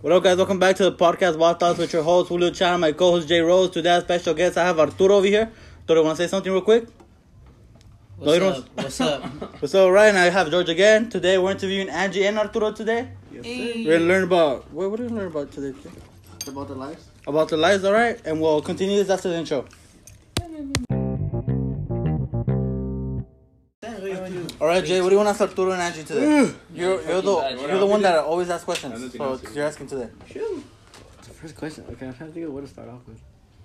What up, guys? Welcome back to the podcast Wild Thoughts with your host Julio Chan, my co-host Jay Rose. Today, our special guest I have Arturo over here. Arturo, want to say something real quick? What's No, you up? What's up? What's up, Ryan? I have George again. Today, we're interviewing Angie and Arturo. Today, we're gonna learn about what, what did we learn about today? About the lives? About the lives, all right? And we'll continue this after the intro. All right, Jay. What do you want to ask Arturo and Angie today? you're you're the you're the one that always asks questions, so you're asking today. First question. Okay, I'm trying to think of what to start off with.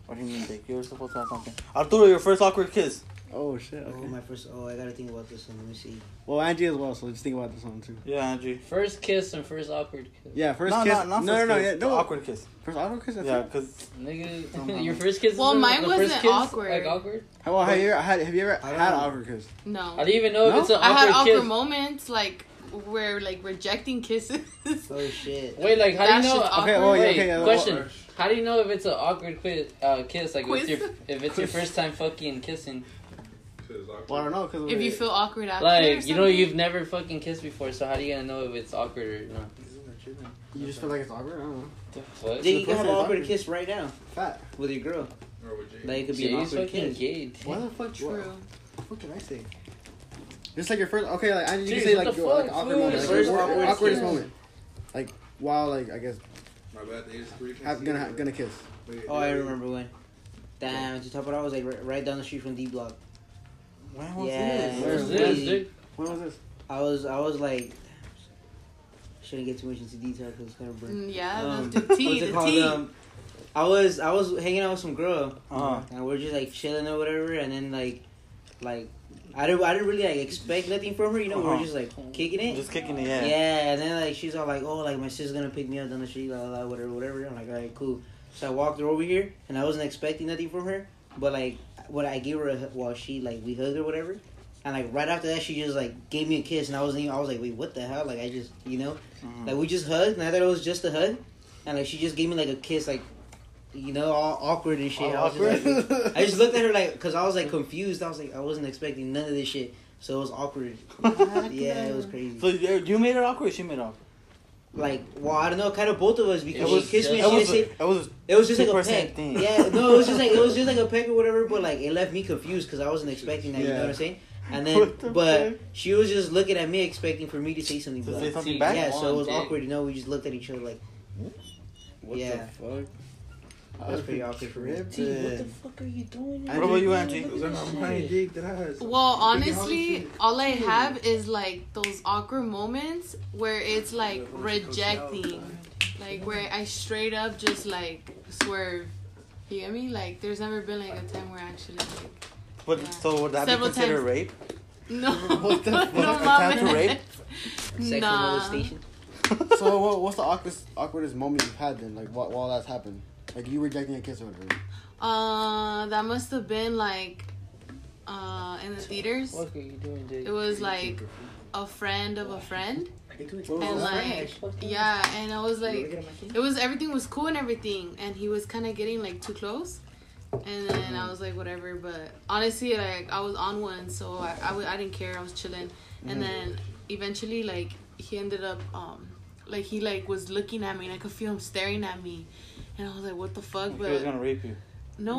What do you mean, Dick? You were supposed to have something. Arturo, your first awkward kiss. Oh shit. Oh, Okay. my first. Oh, I gotta think about this one. Let me see. Well, Angie as well. So just think about this one too. Yeah, Angie. First kiss and first awkward kiss. Yeah. First no, kiss. no, not no, first no, no, kiss. yeah, no. Awkward kiss. First awkward kiss. That's Yeah, yeah. because Nigga, your first kiss. is Well, the- mine the wasn't first kiss, awkward. Like awkward. How, well, have you ever had? Have you ever I don't had know. awkward kiss? I No. didn't even know No? if it's an I had awkward awkward kiss. moments like where like rejecting kisses. Oh shit. Wait, like how That do you know? shit's Okay. Awkward? Well, Oh, yeah, Wait, okay. yeah, well, question. How do you know if it's an awkward quiz, uh, kiss? Like if it's, Quiz? your, if it's your first time fucking kissing, Well, I don't know because if you feel awkward after. or like you know something. you've never fucking kissed before, so how do you gonna know if it's awkward or not? you just feel like it's awkward. I don't know. The fuck? Dude, you the can have first an one's awkward awkward. kiss right now Fat. with your girl. Like it could be Jay's an awkward fucking kiss. gay. dude. Why the fuck? True. What, what can I say? Just like your first. Okay, like Angie, you Jeez, can say what like the your like, fuck, awkward fool? moment, like, First your awkward awkward awkwardest kiss. moment. Like while like I guess have, gonna ha- gonna kiss. Oh, I remember when. Damn, to top it off, I was like right, right down the street from D Block. when Yeah. What is Where- this, dude? When was this? I was, I was like, shouldn't get too much into detail because it's gonna burn. Mm, yeah, Um, the tea, what's it the called? tea. Um, I was, I was hanging out with some girl. Uh-huh. and we're just like chilling or whatever, and then like, like, I didn't, I didn't really like expect nothing from her, you know. Uh-huh. We're just like kicking it, Just kicking it, yeah. yeah. And then like she's all like, oh, like my sister's gonna pick me up down the street, la la la, whatever, whatever. I'm like, all right, cool. So I walked her over here, and I wasn't expecting nothing from her, but like, what I gave her a, hu- while she like we hugged or whatever. And like right after that, she just like gave me a kiss, and I wasn't even. I was like, "Wait, what the hell?" Like I just, you know, Mhm. like we just hugged, and I thought it was just a hug, and like she just gave me like a kiss, like, you know, all awkward and shit. I was just like, wait, I just looked at her like, cause I was like confused. I was like, I wasn't expecting none of this shit, so it was awkward. Yeah, it was crazy. So you you made it awkward. or She made it awkward. Like, well, I don't know, kind of both of us because It she was kissed me. It And she was. didn't say, It was. it was just like a 2% peck. thing. Yeah, no, it was just like it was just like a peck or whatever. But like, it left me confused because I wasn't expecting that. You know Yeah. what I'm saying? And What the then, but fuck? she was just looking at me, expecting for me to say something. To but- say something See, back? yeah, so it was dude. awkward. You know, we just looked at each other like, What the Yeah. fuck? That's pretty awkward for me. Dude, what the Tripping. fuck are you doing? What about you, Angie? Well, honestly, all I have is like those awkward moments where it's like rejecting, like where I straight up just like swerve. You get me? Like, there's never been like a time where I actually like But Yeah. so would that Several be considered times. rape? no, What the fuck? no, Attempt to mames. rape? sexual Nah. molestation. So uh, what, what's the awkwardest, awkwardest moment you've had then? Like while, while that's happened, like you rejecting a kiss or whatever. Uh, that must have been like uh in the theaters. What are you doing, dude? It was like a friend of a friend, What and was that? like yeah, and I was like, it was everything was cool and everything, and he was kind of getting like too close, and then Mm-hmm. I was like whatever. But honestly, like I was on one, so I I, w- I didn't care. I was chilling, Mm-hmm. and then eventually like he ended up um like he like was looking at me, and I could feel him staring at me, and I was like what the fuck, He but. was gonna rape you. No,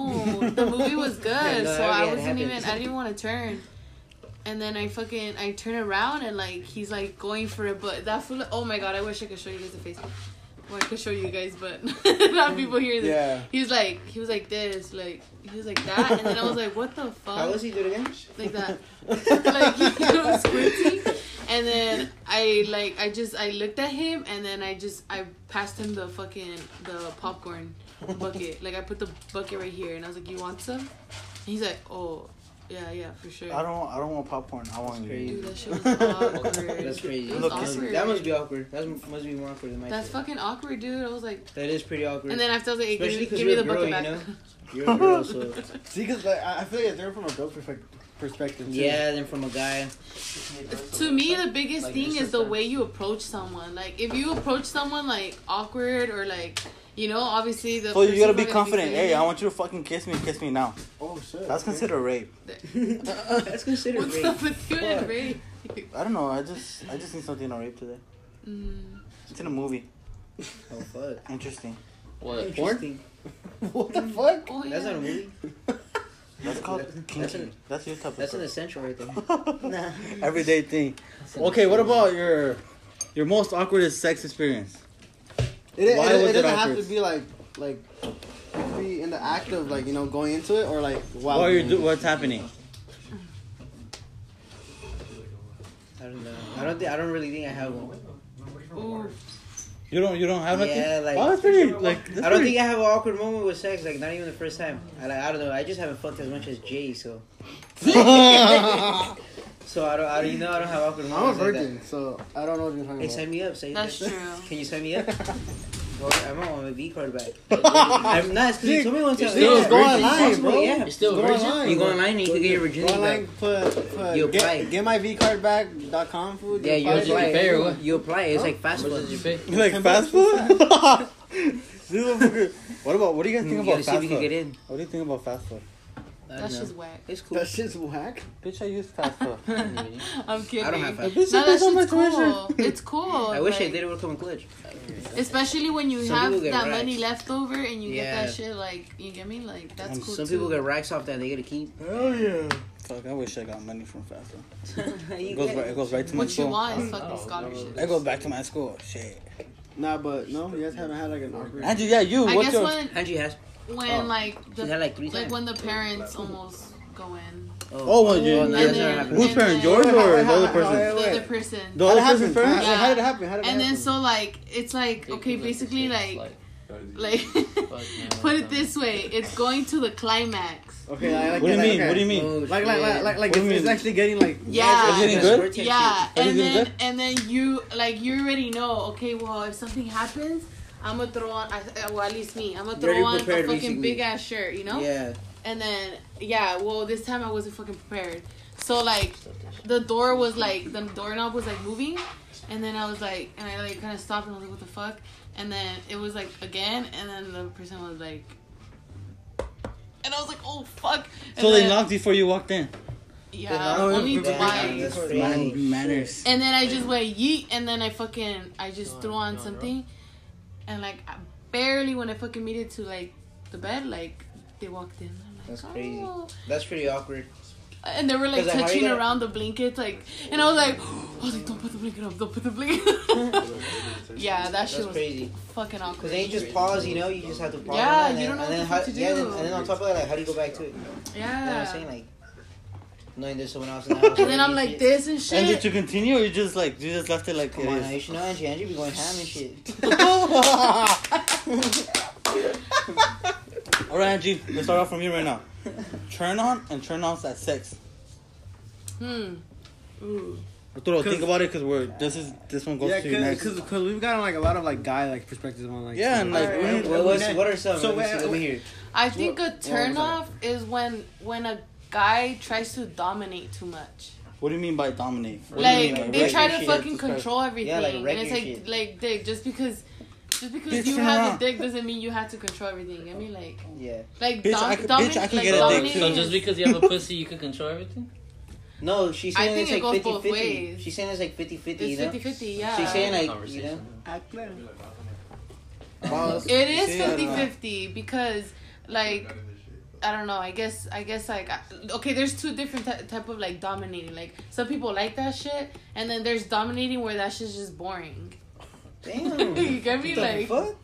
the movie was good, Yeah, no, so that I had wasn't happened. even. I didn't want to turn. And then I fucking I turn around and like he's like going for it, but that fool. Oh my god! I wish I could show you guys the face. Well, I could show you guys, but not people hear this. Yeah. He was like he was like this, like he was like that, and then I was like, what the How fuck, was he doing again? like that, like he was squinty. And then I like I just I looked at him, and then I just I passed him the fucking the popcorn bucket. Like I put the bucket right here, and I was like, "You want some?" And he's like, "Oh, yeah, yeah, for sure." I don't. I don't want popcorn. I want That's you. crazy. Dude, that shit was awkward. That's crazy. It was Look, awkward. That must be awkward. That must be more awkward than my That's shit. fucking awkward, dude. I was like, That is pretty awkward. and then after I was like, hey, Especially give, me- 'cause give me you're the a girl, bucket you know? You're back. a girl, so See, cause like I I feel like they're from a girl's perspec- perspective. Too. yeah. Then from a guy, To me, the biggest Like, thing it's is just the that- way you approach someone. Like, if you approach someone like awkward or like, you know, obviously the. So you person gotta be probably confident. feeling Hey, I it. want you to fucking kiss me. Kiss me now. Oh shit. That's okay. considered rape. that's considered What's rape. up with you and Fuck. Ray? I don't know. I just. I just seen something on rape today. Mm, It's in a movie. Oh fuck. Interesting. What? Porn? Interesting. what the fuck? Oh, yeah. That's not a movie. That's called That's- kinky. that's That's, your type That's an of essential right there. girl. Nah. Everyday thing. Okay, what about your your most awkwardest sex experience? It, it, Why it, was it it doesn't have to awkward? be like like be in the act of like you know going into it or like wow. What are you do- what's happening? I don't know. I don't think. I don't really think I have one. Ooh. You don't you don't have nothing? Yeah, like- oh, that's pretty like that's I don't pretty- think I have an awkward moment with sex. Like not even the first time. I like, I don't know. I just haven't fucked as much as Jay, so so I don't. I don't. You know, I don't have awkward I'm a moments. Like virgin, so I don't know what you're that. talking Hey, about. sign me up. Sign That's me up. true. Can you sign me up? Well, I might want my V card back. I'm not. Cause you told me one time. Dude, still Yeah, go virgin. online, bro. Yeah. You're still a Go virgin? online, You go bro. online and you can get your Go virginity online, back. put, put, You apply. get, get my V card back. Dot com food. Yeah, you How much did you apply. apply. pay or what? You apply. It's like How fast much did you food. pay? You like fast food? This motherfucker- what about what do you guys think You about gotta see if fast you can get food? in. What do you think about fast food? I don't That's know. just whack. It's cool. That shit's whack. Bitch, I use fast food. I'm kidding. I don't have fast. Bitch, No, I that pay so much shit's cool. tuition. It's cool. I wish I like, did. It would come in clutch. Especially when you Some have people that get racks. money left over and you Yeah. Um, get that shit, like, you get me? Like, that's And cool. Some too. people get racks off that they get a keep. Hell yeah. Fuck, I wish I got money from fast food. You It goes get- right, it goes right to my What you school. want is Oh, I don't fucking know. scholarship. It goes back to my school. Shit. Nah, but no, you guys haven't had like an awkward. Andrew, yeah, you. I what's guess your? when Angie has. when Oh. like She's had the like three like times. when the parents almost go in. Oh, well, you- no, you- that's not happening. Whose And parents, then- yours or Wait, wait, the wait, other wait, person? The wait. other person. The How other did it person's happen? parents? Yeah. How did it happen? How did it and happen? then so like it's like okay basically like like put it this way it's going to the climax Okay, I like What do you that, mean? okay. What do you Oh, mean? Like, like, like, like, like What do you it's, it's mean? actually getting like. Yeah. Is it any good? yeah Everything's and then good? and then you like you already know okay well if something happens I'm gonna throw on I, well at least me I'm gonna You're throw on already a prepared fucking basically. big ass shirt you know Yeah. and then yeah well this time I wasn't fucking prepared so like the door was like the doorknob was like moving and then I was like and I like kind of stopped and I was like what the fuck and then it was like again and then the person was like and I was like oh fuck and So they then- knocked before you walked in. yeah Oh, only yeah. twice That's Man- crazy. Manners. and then I just went yeet and then I fucking I just threw on something and like I barely when I fucking made it to like the bed like they walked in I'm like, That's crazy. oh. That's pretty awkward. and they were like 'Cause, like, how touching you gonna- around the blankets, like, and I was like, I was like, don't put the blanket up, don't put the blanket. up. yeah, that That's shit was crazy. fucking Because awkward. then you just pause, you know? You just have to pause. Yeah, and you then- don't know and then what the how- fuck to Yeah, do. then- and then on top of that, like, how do you go back to it? You know what I'm yeah. saying? Like, knowing there's someone else in the house. and then I'm like this and And did shit. you continue or you just like you just left it like Come on, now, you it should know Angie. Angie be going ham and shit. is? Alright Angie, let's start off from you right now. Turn on and turn offs at six. Hmm. Ooh. Arturo, think Cause- about it because we're this is this one goes Yeah, to you next. because because we've got like a lot of like guy like perspectives on like. Yeah, and like Alright. we need- What, was, what are some? So let, me see, wait, let me hear. I think a turn that? off is when when a guy tries to dominate too much. what do you mean by dominate? What do you Like mean by they wreck try your to shit? fucking Describe- control everything, like, and wreck it's your like shit. like dick. Just because just because Bitch, you turn have around. a dick doesn't mean you have to control everything. I mean like Yeah. like Bitch, dom- I could- bitch, domin- I could get a like, dick, dominating too. So is- just because you have a pussy, you can control everything? No, she's I saying think it's it like goes 50 both 50. ways. She's saying it's like 50 50, you It's know? 50 50, yeah. She's saying, like, you Conversation. know? it is See, I don't know. 50 50 because, like, I don't know. I guess, I guess, like, I- okay, there's two different ty- type of like dominating. Like, some people like that shit, and then there's dominating where that shit's just boring. Damn. Hmm. you get me? What the Like, fuck?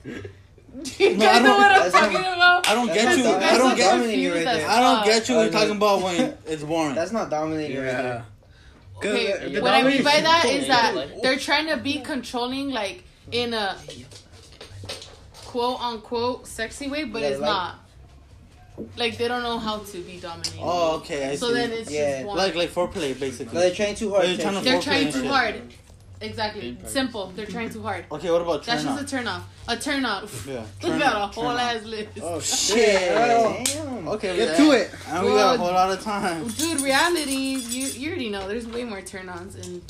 you No, I guys know don't- what I'm that's not- talking about? I don't That's get not you. dominate. I don't That's get. not dominating right there. I don't get you. I You're don't talking know. about when it's boring. That's not dominating right there. Okay, The what I mean by domination- that is that Like- they're trying to be controlling, like in a quote unquote sexy way, but Yeah, it's like- not. Like they don't know how to be dominating. Oh, okay. I so see. then it's Yeah. just one. like like foreplay No, basically. they're trying too hard. They're trying to they're foreplay trying and too shit. hard. Exactly. Impact. Simple. They're trying too hard. Okay, what about That's Oh, turn just a off? turn off. A turn off. Yeah. We turn got a off, whole turn off. ass list. Oh Yeah. shit! Damn. Okay, Get to it. And we got a Well- whole lot of time. Dude, reality, you you already know. There's way more turn ons and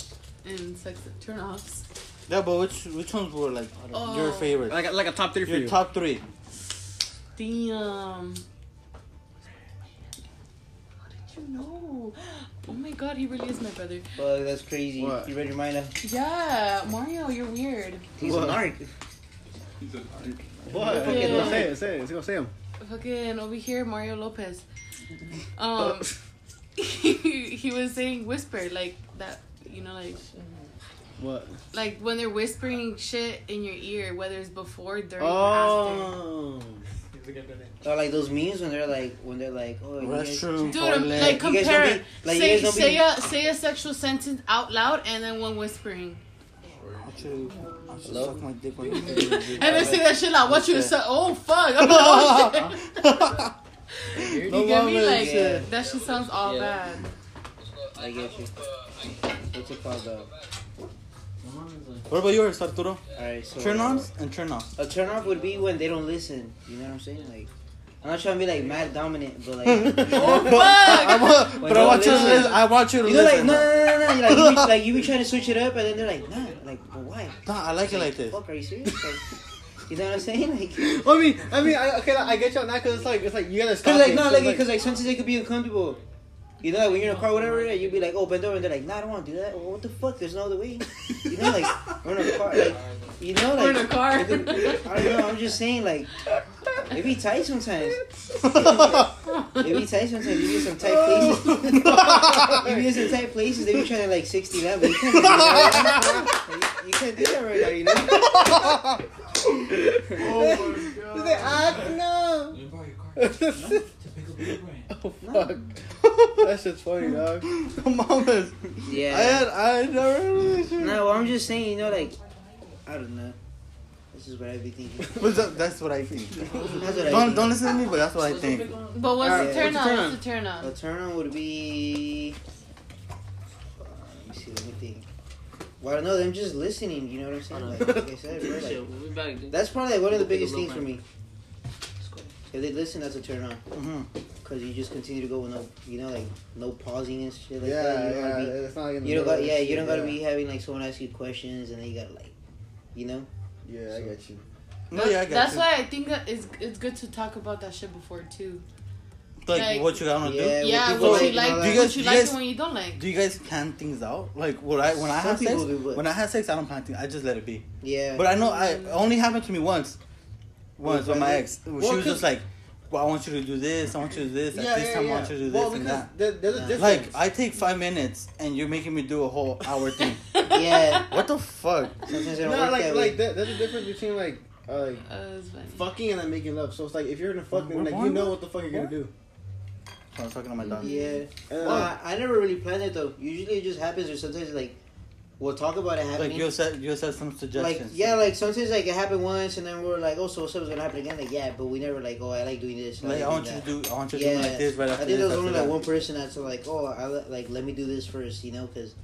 and sex turn offs. Yeah, but which which ones were like Oh. your favorite? Like a- like a top three for your you. top three. Damn. How did you know? Oh my god, he really is my brother. Well, that's crazy. What? You read your mind. up. Yeah, Mario, you're weird. He's What? a narc. What? Yeah. No, say it, say it. Go say him. Fucking over here, Mario Lopez. Oh. Um, he, he was saying whisper like that. You know, like What? like when they're whispering shit in your ear, whether it's before, during, or after. Oh. Or oh, like those memes when they're like when they're like oh you guys- Restroom. Dude, I'm- toilet. like You guys don't compare. be- like, you say guys don't be- say a say a sexual sentence out loud and then one whispering. I should- I should Hello? suck my dick when And then say that shit loud. What you say? Oh fuck! I'm like, oh, shit. Weird. You get me? Mama's Like shit. that shit sounds all Yeah. bad. I get you. What's it called though? What about yours, Arturo? Alright, so Turn ons and turn offs. A turn off would be when they don't listen. You know what I'm saying? Like, I'm not trying to be like mad dominant, but like, Oh I fuck! want, but I want you to listen. I want you to you know, like listen. no, no, no, no, no. You're like, you be, like you be trying to switch it up, and then they're like, nah, like, but why? Nah, I like it like this. Fuck, are you serious? Like, you know what I'm saying? Like, I mean, I mean, I, okay, like, I get you on that because it's like, it's like you gotta stop. cause like it, no, so, like because like sometimes they could be uncomfortable. You know, like when you're in a car, or whatever, and you'd be like, oh, bend over, and they're like, nah, I don't want to do that. Well, what the fuck? There's no other way. You know, like we're in a car, like, you know, We're in a like. car. I don't know. I'm just saying, like, it be tight sometimes. It be tight sometimes. You be in some tight places. you be in some tight places. They be trying to like sixty that, but you can't do that. Right now. You, you can't do that right now. You know. no. Oh, Fuck. that shit's funny, dog. Mamas. I had, I had never heard of this shit. No, well, I'm just saying. You know, like, I don't know. This is what I be thinking. But that, that's what I think. That's what I Don't think. don't listen to me, but that's what I think. But what's Alright, the turn what's on? the What's the turn A on? turn on would be. Uh, let me see. Let me think. Well, I don't know. Them just listening. You know what I'm saying? Like, like I said, bro, like, Shit, we'll be back, dude. That's probably like one of the Take a biggest look, things for man. me. If they listen, that's a turn on. Mhm. Because you just continue to go with no, you know, like no pausing and shit Yeah, like that. You don't yeah. gotta It's not like in be, the you middle don't got, of yeah, shit, you don't gotta yeah. be having like someone ask you questions and then you gotta like, you know. Yeah, I get you. No, yeah, I got That's you. why I think that it's it's good to talk about that shit before too. Like, Like- what you gonna Yeah, do? what yeah, people what you like and like, all what that. you, You guys- you like guys- and what you don't like. Do you guys plan things out? Like, what I when I Some have sex, people do, but- when I have sex, I don't plan things. I just let it be. Yeah. But I know I it only happened to me once, once with my ex. She Well, was 'cause- just like, "Well, I want you to do this. I want you to do this. At this time, I want you to do this Well, and because that." there, there's a difference. Like, I take five minutes, and you're making me do a whole hour thing. yeah. What the fuck? Sometimes it no, don't work like, that like way. there, there's a difference between like, uh, like Uh, it's funny. fucking and then making love. So it's like if you're in a We're fucking, like you born know with- what the fuck you're gonna what? do. I was talking to my dog. Yeah. And then, Well, like, Uh, I, I never really planned it though. Usually it just happens, or sometimes like we'll talk about it happening. Like you said, you said some like suggestions. yeah, like sometimes like it happened once, and then we're like, oh, so what's up is gonna happen again? Like yeah, but we never like, oh, I like doing this. Like, I doing want you that. to do, I want you to do like this right after I this. think there was only after like that. one person that's like, oh, I li- like let me do this first, you know, because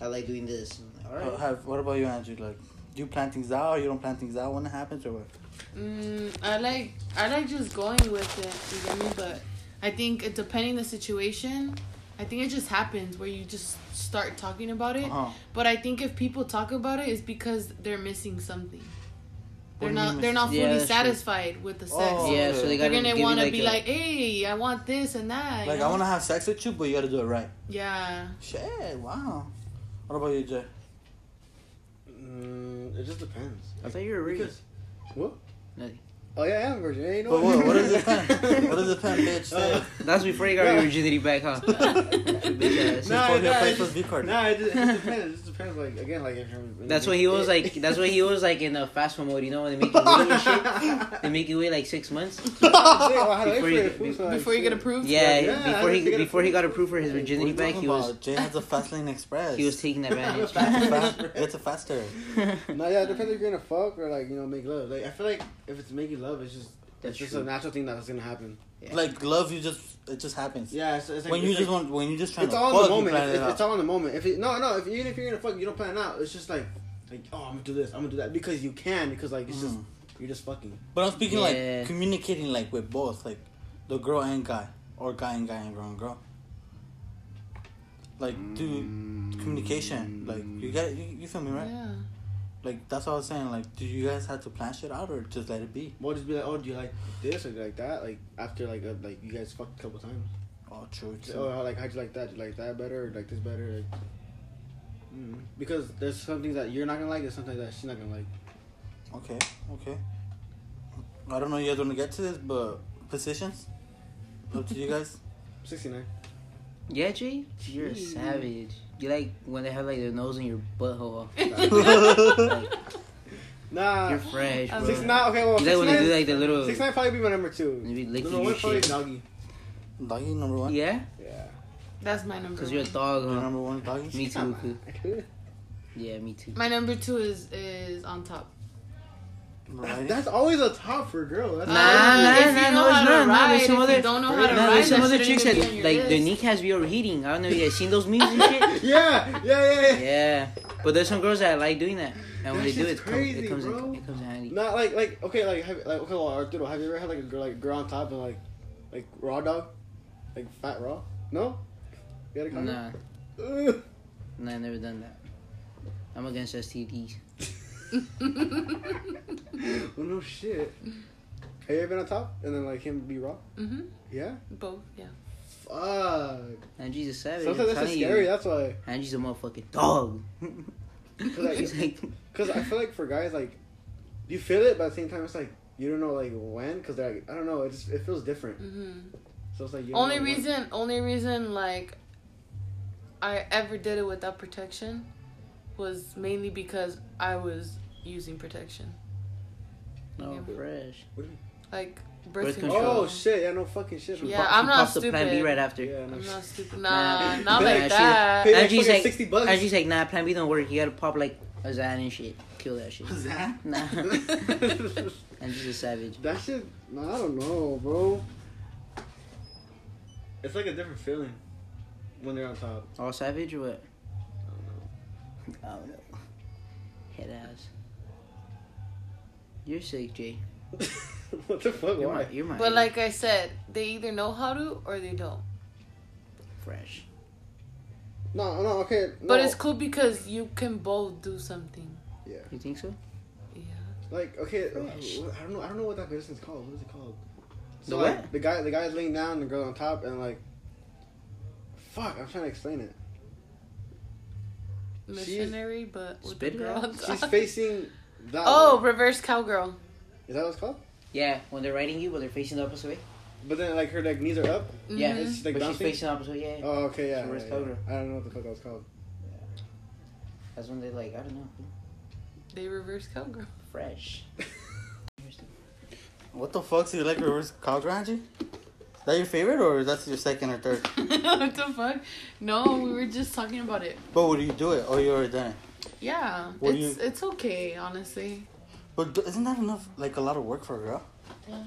I like doing this. All right. Uh, have- what about you, Andrew? Like, do you plan things out, or you don't plan things out when it happens, or what? Mm, I like I like just going with it, you get me? But I think it, depending the situation, I think it just happens where you just start talking about it. Uh-huh. But I think if people talk about it, it's because they're missing something. What do you They're not mean they're not fully missing- Yeah, that's true. satisfied with the sex. Oh, Yeah, so they They're gonna want to be like, hey, I want this and that. you Like, I know? want to have sex with you, but you gotta do it right. Yeah. Shit, wow. What about you, Jay? mm, it just depends. I thought you were reading. Because- what? Nothing. Oh yeah, I am a virgin. Hey, you know But what, what does the pen? What does the pen, bitch? Say? Uh, That's before you got your virginity back, huh? Bitch ass. Nah, Fuck your nah, face it's- was V card. Uh, Nah, it just, it just depends. It just depends. Like again, like if you're, That's when he was like. That's when he was like in the fast mode. You know when they make you wait and shit. They make you wait like six months. Before before you you get- Before you get approved. Yeah, Yeah, before I think they he gotta- before he got approved for his virginity What are you back, talking he was about? Jay has a fast lane express. he was taking advantage. Fast, fast, it's a faster. No, yeah, it depends if you're gonna fuck or like you know make love. Like I feel like if it's making love, it's just That's it's just true. a natural thing that's gonna happen. Like love, you just it just happens. Yeah, it's, it's like When you it's just like, want, when you just trying it's to all in fuck, the you moment. plan It's, it out. it's all in the moment. If it, no, no, if even if you're gonna fuck, you don't plan it out. It's just like like oh, I'm gonna do this, I'm gonna do that because you can because like it's just Mhm. you're just fucking. But I'm speaking Yeah. like communicating like with both, like the girl and guy, or guy and guy and girl and girl. Like dude, communication. Like you got you, you feel me right? Yeah. Like that's what I was saying. Like, do you guys have to plan shit out or just let it be? Well, just be like, oh, do you like this or do you like that? Like after like a, like you guys fucked a couple times. Oh, true. Say, true. Oh, how- like how'd you like that? Do you like that better? Or like this better? Like, mm. Because there's some things that you're not gonna like, there's something that she's not gonna like. Okay, okay. I don't know you guys want to get to this, but positions? Up to you guys. 69. Yeah, Jay, you're a Jeez. savage. You like when they have like their nose in your butthole. Nah. You're fresh, I'm bro. Six nine. Okay, well, You six like when they do nine. like the little. Six nine probably be my number two. Maybe licking Number your one probably shit. doggy. Doggy number one. Yeah, Yeah. That's my number. cause you're a one. dog. Your Huh? number one doggy. Me too. Come Cool. Yeah, me too. My number two is is on top. Right. That's always a top for a girl. That's Nah, Um, nah, if you nah, know no, it's how not. to Nah, ride, there's some if you other. don't know how to Nah, ride, there's some that other shouldn't chicks that even be on your like their list. kneecaps be overheating. I don't know if you guys seen those memes and shit. yeah, yeah, yeah, yeah. Yeah, but there's some girls that like doing that, and when That they do, shit's it, come, crazy, it comes, bro. in, it comes in handy. Not like like okay like have, like okay well, Arturo, have you ever had like a girl like girl on top and like like raw dog, like fat raw? No. You had a comment? Nah, Ugh. nah, I never done that. I'm against STDs. Mm-hmm. well, no shit. Have you ever been on top and then like him be raw? hmm Yeah. Both, yeah. Fuck. Angie's a savage. I'm Sometimes that's telling just you. scary. That's why. Angie's a motherfucking dog. like- He's like, Cause I feel like for guys like, you feel it, but at the same time it's like you don't know like when. Cause they're like I don't know. It just it feels different. hmm So it's like you don't Only know when. reason, only reason, like, I ever did it without protection was mainly because I was using protection, oh, Yeah. fresh. like Birth birth control. control. Oh shit! Yeah, no fucking shit. Yeah, Pop- I'm she not pops the plan B stupid. right after. Yeah, no I'm shit. not stupid. Nah. Nah, not Yeah, like she's- that. Pay like Angie's fucking like- sixty bucks. Angie's like, nah, plan B don't work. You gotta pop like a Zan and shit. Kill that shit. that? Nah, that Angie's a savage. shit, no, I don't know, bro. It's like a different feeling when they're on top. All savage or what? I don't Oh no. Head ass. You're sick, Jay. know. what the fuck? You're Why? my, you're my But like I said, they either know how to or they don't. fresh. No, no, okay. No. But it's cool because you can both do something. yeah. You think so? Yeah. Like okay, uh, Fresh. I don't know. I don't know what that business is called. What is it called? The like, what? The guy, the guy's laying down, the girl on top, and like, fuck, I'm trying to explain it. She's- Missionary, but with the Spit it girl out. on She's top. facing that. Oh, way. reverse cowgirl. is that what it's called? Yeah, when they're riding you, but they're facing the opposite way. But then like her like knees are up. Yeah, Mhm. and she's like but she's bouncing. facing the opposite way. Yeah, yeah. Oh, okay, yeah. So where's yeah, Cobra? yeah. I don't know what the fuck that was called. that's when they like I don't know, Mm-hmm. They reverse cowgirl. fresh. What the fuck do you like reverse cowgirl, Angie? Is that your favorite or is that your second or third? what the fuck? No, we were just talking about it. But would you do it? Oh, you already done it. Yeah, Well, it's you- it's okay, honestly. But d- isn't that enough? Like a lot of work for a girl?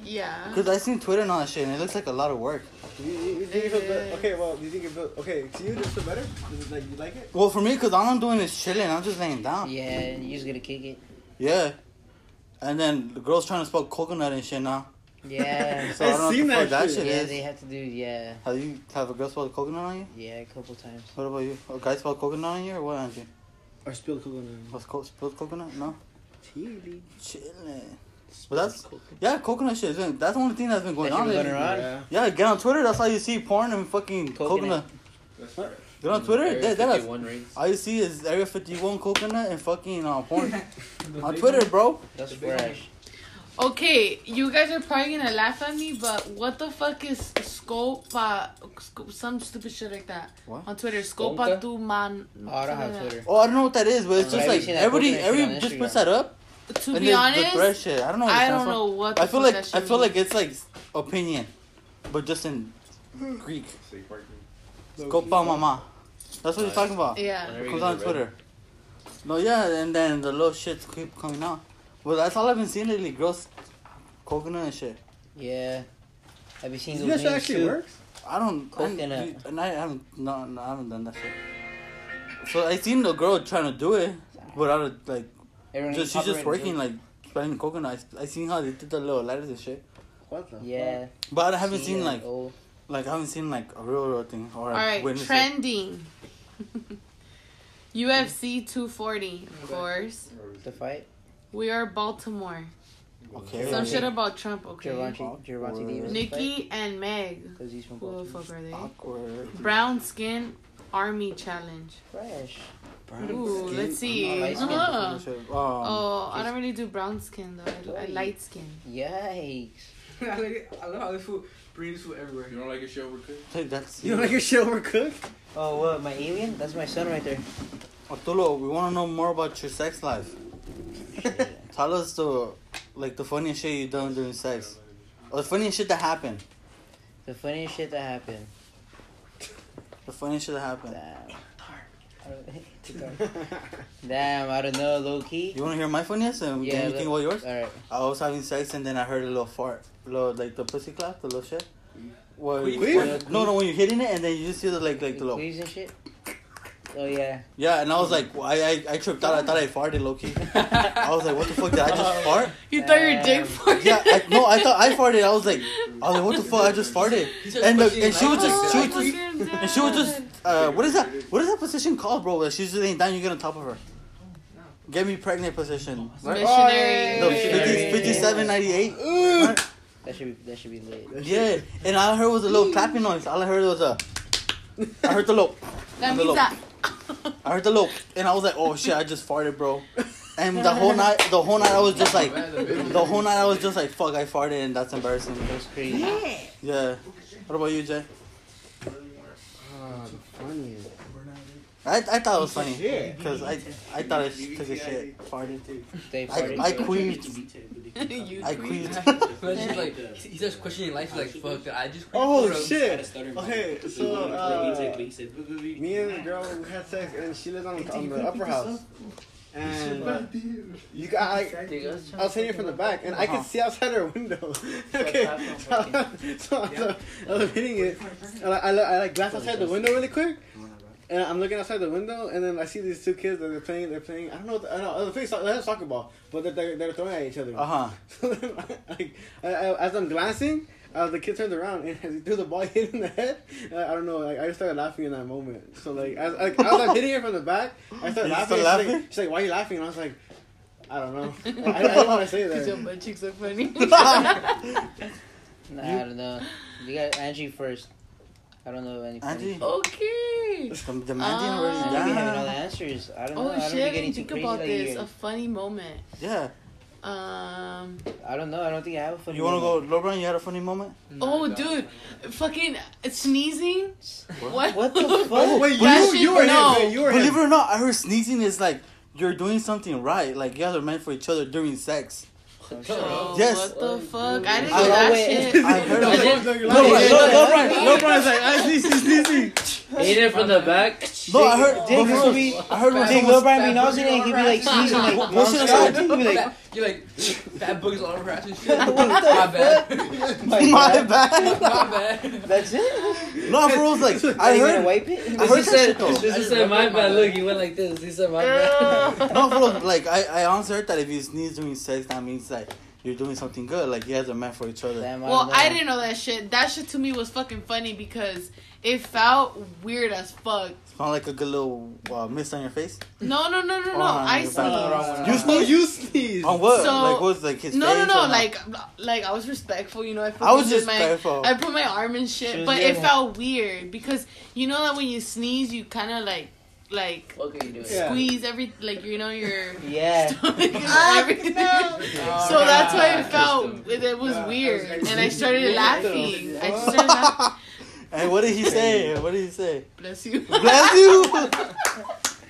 Yeah. Cause I seen Twitter and all that shit, and it looks like a lot of work. You, you, you think it feels better? Yes. Okay, well, you think it feels okay to you? Does it feel better? Does it, like you like it? Well, for me, cause all I'm doing is chilling. I'm just laying down. Yeah, you just gonna kick it. Yeah. And then the girls trying to spell coconut and shit now. Yeah, So I I've don't seen know what the fuck that that shit. shit yeah, is. they have to do yeah, Have you have a girl spell coconut on you? yeah, a couple times. What about you? A guy spelled coconut on you or what, Angie? Or spilled coconut. Was co- spilled coconut? No. Really? Chilling. But that's yeah, coconut shit. isn't- That's the only thing that's been going That shit on. been lately. going around. Yeah. Yeah, get on Twitter. That's how you see porn and fucking coconut. Coconut. That's right. Get on Twitter. That, that's one race. all you see is Area 51 coconut and fucking uh, porn on Twitter, bro. That's big fresh. Okay, you guys are probably gonna laugh at me, but what the fuck is scopa? sco- Some stupid shit like that What? on Twitter. Sconca? Scopa tu man. Oh, I don't have something like Twitter. Oh, I don't know what that is, but it's Uh, just have like you seen that everybody, coconut shit on everybody just puts Instagram? that up. that. To and be then honest, the thread shit. I don't know. What it I stands don't for. know what. The I feel fuck like that shit I feel like means. it's like opinion, but just in Greek. Hmm. Low key. Copa mama. That's what you're talking about. Yeah. Comes on Twitter. No, yeah, and then the little shit keep coming out. Well, that's all I've been seeing lately. Girls, coconut and shit. Yeah, have you seen You those know that shit memes actually too? works? I don't Coconut. I, and I haven't. No, no, I haven't done that shit. So I seen the girl trying to do it, but I don't, like Everyone just, she's just operator, working too. like spreading coconut. I, I seen how they did the little letters and shit, What the? Yeah, but I haven't seen C like and O. like I haven't seen like a real real thing or All right, witness it. trending. UFC 240, of course. the fight. We are Baltimore. Okay. Some shit about Trump, okay? Gervonta Gervonta Davis. Nikki and Meg. because he's from Who the Baltimore. fuck are they? Awkward. Brown skin army challenge. Fresh. Brown Ooh, skin? let's see. I'm not light skinned. Uh-huh. Um, Oh, I don't really do brown skin though. I, do- I light skin. Yikes. I like it. I love how this food brings food everywhere. You don't like your shit overcooked? Take that. seat. You don't like your shit overcooked? Oh, what? My alien? That's my son right there. Arturo, we want to know more about your sex life. Tell us the like the funniest shit you done during sex, or the funniest shit that happened. The funniest shit that happened. The funniest shit that happened. Damn. I don't- Too Ah, dark. Damn, I don't know, low key. You want to hear my funniest, and Yeah, then you let- think about yours. Alright. I was having sex, and then I heard a little fart, little like the pussy clap, the little shit. Well, Queef? Queef? no, no, when you're hitting it, and then you just hear the like, like the Like little. Queefs and shit? Oh, yeah. Yeah, and I was like, I, I, I tripped out. I thought I farted, low key. I was like, what the fuck did I just fart? You thought your dick Um, farted. Yeah, I, no, I thought I farted. I was like, I was like, what the fuck? I just farted. And look, and she was just, Oh, she was just, and she was just, uh, what is that? What is that position called, bro? That she's laying down, you get on top of her. Get me pregnant position. Right? missionary. No, Missionary. 50, 5798. That should be, that should be lit. Yeah, and all I heard was a little clapping noise. All I heard was a. I heard the little. That Hello. means that. I heard the little, and I was like, "Oh shit, I just farted, bro." And the whole night, the whole night, I was just like, the whole night, I was just like, "Fuck, I farted," and that's embarrassing. It was crazy. Yeah. What about you, Jay? Ah, the funniest. I, I thought it was funny Yeah. because I I thought I sh- took a shit, farted. They I, farted. I queefed. you I queen. queefed. Imagine, like, he starts questioning life. He's like, fuck, I just. Oh Bro, shit! Okay, so uh, me and the girl we had sex and she lived on, on the upper house. And uh, you got I, I was hitting her from the back and I could see outside her window. okay, so, I- so I, was, I was hitting it. And I, I, I like glass outside the window really quick. And I'm looking outside the window, and then I see these two kids that they're playing. They're playing. I don't know. What the, I don't know. They're playing so- they're soccer ball, but they're, they're, they're throwing at each other. Uh huh. So then, like, I, I, as I'm glancing, uh, the kid turns around and as he threw the ball, hit him in the head. Uh, I don't know, like I just started laughing in that moment. So like, as like, as I'm hitting her from the back, I You started laughing. still She's like- laughing? She's like, "Why are you laughing?" And I was like, "I don't know. I, I didn't want to say Because your that." butt cheeks are funny. Nah, I don't know. You got Angie first. I don't know any. Angie, funny- okay. I'm demanding I already. don't be having all the Yeah. answers. I don't know. Oh I don't shit! be I getting didn't too crazy think about like this. you. A funny moment. yeah. Um. I don't know. I don't think I have a funny. You wanna go, moment. LeBron? You had a funny moment? Oh, dude, fucking sneezing. What? What the fuck? Oh wait, That you shit, you were no. him. Man, you were Believe it him. or not, I heard sneezing is like you're doing something right. Like you guys are meant for each other during sex. Oh, Yes. What the fuck? I didn't I- know that wait. shit. I heard it. No, No, right, you're laughing. no, no, right, no, right, it's like, I sneeze, he's sneezing. Hit it from the back. No, I heard, but Dang, this for- would be- I heard when Dang, Lil someone, Brian be nosy and he'd be like sneezing like What- what should I nonstop. say? He'd be like, You're like, fat boogers all over us and shit. My what the bad. My my God. bad. My bad. That's it? No, for real, it's like, I Are you gonna heard, wipe it? I heard that shit though. This is said my bad. Look, he went like this. He said my bad. No, for real, like, I, I honestly heard that if you sneeze during sex, that means like you're doing something good. Like you guys are meant for each other. Damn, Well, don't I know. didn't know that shit. That shit to me was fucking funny because it felt weird as fuck. Smell like a good little uh, mist on your face. No, no, no, no, Oh, no. I you're sneezed. back. You No, Oh, sneeze? you sneezed. On what? So- like what's like his no, face no. or Like, like I was respectful. You know, I, put I was my- just careful. I put my arm and shit, She was but doing it it. felt weird because you know that when you sneeze, you kind of like, like Okay, you do it. Yeah. squeeze every like you know your Yeah. stomach and everything. So that's why it felt it, it was weird, and I started laughing. I just started laughing. And what did he say? What did he say? Bless you. Bless you.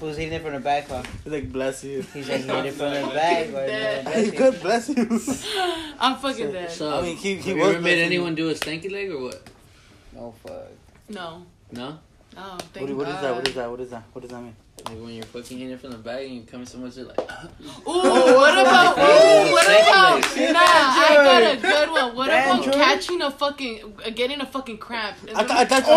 Who's hitting it from the back? Huh? He's like bless you. He's like hitting it from the back. but, uh, that's Hey, it. good bless you. I'm fucking dead. So, I mean, he- he have you was ever made blessing. anyone do a stanky leg or what? No fuck. No. No? Oh, What, thank what is that? What is God. that? What is that? What does that mean? Like when you're fucking hitting it from the back and you come so much, you're like, Ooh, what about ooh, what about nah? I got a good one. What about Andrew. catching a fucking uh, getting a fucking cramp? I thought I thought you.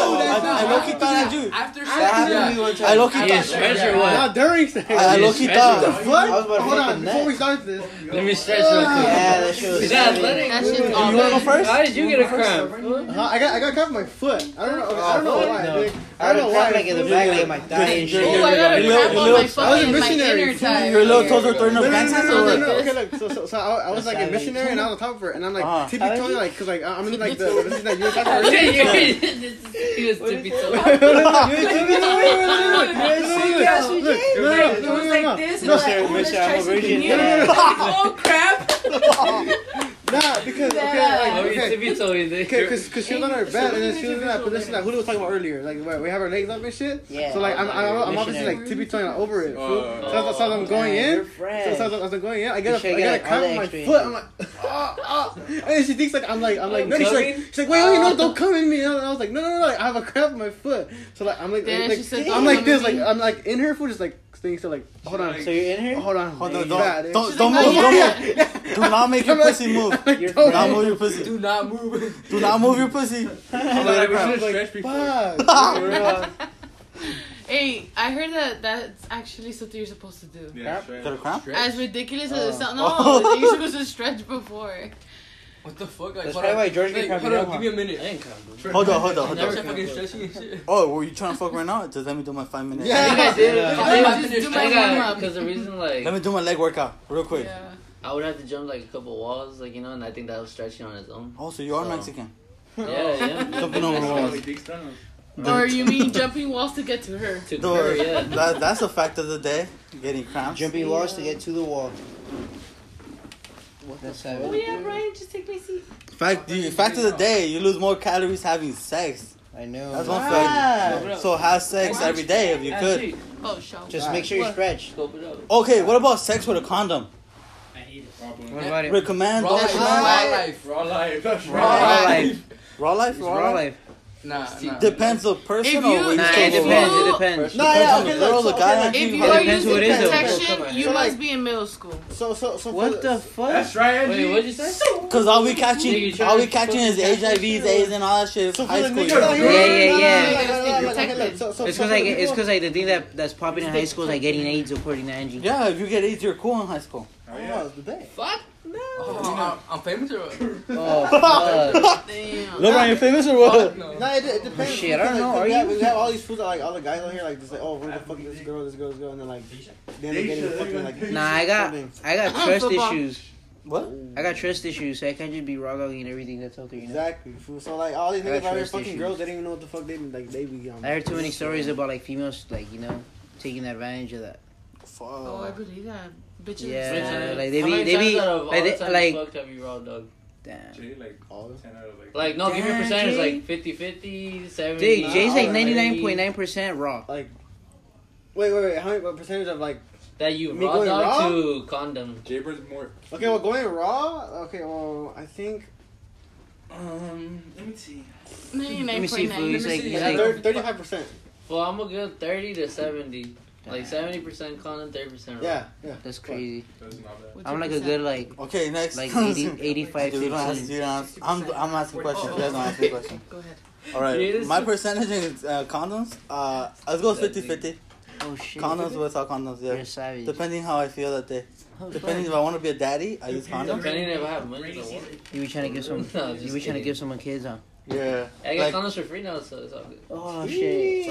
I, I low-key thought I do. after sex, That happened to yeah. me one time. I low-key Yeah, thought. stretch or what? Not during sex. I Yeah, low key stretch the thought. yourself. fuck? I was about to Hold hit the on, neck. before we start this. Let me stretch real quick. Yeah, that shit was. Is that silly. athletic? That shit's all You wanna go good. first? How did you get a cramp? Huh? uh-huh, I got I got caught with my foot. I don't know. I don't know Oh, why. no. dude. I I don't don't know why. like in the back, like my thigh and You're- Ooh, shit. I got a Your cramp little- your on my little- fucking my missionary. inner thigh. Your little toes are throwing No, up no, no, pants no, no, or no, what? no. Okay, look. So, so, so I, I was like a missionary and I was on top of her, and I'm like Uh-huh. tippy telling you, like, cause like I I mean, like the the thing that you were talking about. he was tippy toe. Wait, wait, wait, wait, wait, wait, wait. Look, no, no, It no, was no, like no. this, and No, like, sir, oh, let's Michelle, try I'm a something virgin. new. No, no, no, no. Oh crap! Nah, because Yeah. Oh, okay, he's like, okay. tippy toe. He's there. Because cause she was on her bed and then she was in that position that Julio was talking about earlier. Like, where we have our legs up and shit. Yeah. So, like, I'm, I'm, I'm obviously, Missionary. like, tippy-toeing over it. fool. Oh. so, as- so as I'm going Yeah, in, you're fresh. So, so as I'm going in, I You get a, should I get, get like, a all cramp the in my extra foot. I'm like, ah, ah. And then she thinks like I'm like I'm like Oh, I'm no. She's like coming. she's like wait wait Ah. no don't come in me. And I was like no no no, no like, I have a cramp in my foot. So like I'm like, Then like she said, I'm "Don't like come this in like me." I'm like in her foot just like staying still like hold on So you're in here? hold on Hold on, like, don't- that, eh? don't- She's don't like, move, "No, don't yeah." move. Do not make your pussy move. Like, You're don't- Do not move your pussy. Do not move. Do not move your pussy. I'm like, like, we bro, should I'm have stretched before. Fuck. Hey, I heard that that's actually something you're supposed to do. Yeah, Got a straight. cramp? As ridiculous as it sounds, Oh. no, you're supposed to stretch before. What the fuck? Like, That's hold probably on. why George Like, can hold on, give me a minute. I ain't coming. Hold on, hold on, hold Never on. said fucking stretching and shit. Oh, were you trying to fuck right now? Just let me do my five minutes. Yeah. You guys did it. Yeah. I Yeah. did Just it. do my I got warm-up. Because the reason, like, Let me do my leg workout real quick. Yeah. I would have to jump like a couple walls, like you know, and I think that was stretching on its own. Oh, so you are So- Mexican. Yeah, yeah. Jumping over walls. Or you mean jumping walls to get to her? To Don't her, worry. yeah. That, that's a fact of the day. Getting cramps. Jumping walls uh, to get to the wall. That's Oh how yeah, Brian, just take my seat. Fact, the fact of the day, you lose more calories having sex. I know. That's one Ah. fact. So have sex every day if you could. Oh, show. Just make sure you What? stretch. Scope it up. Okay, what about sex with a condom? What about it? Recommend, Raw don't life, raw recommend? life, raw life, Raw life. Raw life, It's raw life. Nah, nah. Depends the person If or you- what Nah, it Nah, it talking depends. depends, It it depends. No, yeah, okay, about. Girl, look, the so, guy. okay, If you how are you- depends using who it is, though. protection, you So, like- must be in middle school. so so so What the fuck? That's right, Wait, Angie. what'd you say? Cause all we Nigga, you catching, trying all we to catching is fucking catch HIVs, AIDS, and all that shit. So for High the school. niggas years. out here- Yeah, yeah, yeah. No, no, no, no, no, no, no, no, no, no, so- so- It's so cause for like the it's people- cause like the thing that that's popping in high school is like getting AIDS according to Angie. Yeah, if you get AIDS, you're cool in high school. Oh, Oh, yeah. it's the day. Fuck no. Oh, I'm, I'm famous or what? Oh fuck. Damn. Look, Ryan, famous or what? No. No, it, it depends. Shit, I don't because, know, like, are we, Have, you- we have all these fools that like all the guys out here like just like oh we're gonna fuck this girl, this girl, this girl, and then like then they're getting fucking like. Nah, I got I got Uh-uh, trust football. issues. What? I got trust issues, so I can't just be raw dogging everything that's out there. You know. Exactly. fool. So like all these I got niggas out here trust fucking issues. girls, they don't even know what the fuck they be like. They be um, on. I heard too many stories about like females like you know taking advantage of that. Oh, I Fuck. believe that. Bitches. Yeah, Bitches. like they How be many they be times out of all like the they, times like fucked have you raw dog? damn. Jay, like, All 10 out of, like- Like no, give me a Damn, percentage, Jay. like 50, 50, 70. Dude, Jay's like Nah, ninety nine point nine percent raw. Like, wait, wait, wait. How many what percentage of like? That you Me raw going dog raw? to condom. Jaybirds more. Okay, well going raw. Okay, well I think Um, let me see. Let me see if he's like, he's Let me like see. thirty-five percent. Well, I'm a good thirty to seventy. Like seventy percent condom, thirty percent raw. Yeah, yeah. that's crazy. That's not bad. I'm like a good like Okay, next. like 80, Dude, you don't 85 ask, 15. you don't ask. I'm, I'm asking questions. You guys don't ask me questions. Go ahead. All right. Yes. My percentage is uh, condoms. Uh, let's go 50-50. Oh shit. Condoms without condoms. You're Yeah. savage. Depending how I feel that day. Oh, fuck. Depending if I want to be a daddy, I use condoms. Depending if I have money or what. You be trying to give some. No, you just be trying to kidding. give someone kids, huh? Yeah. I Like- get condoms for free now, so it's all good. Oh shit.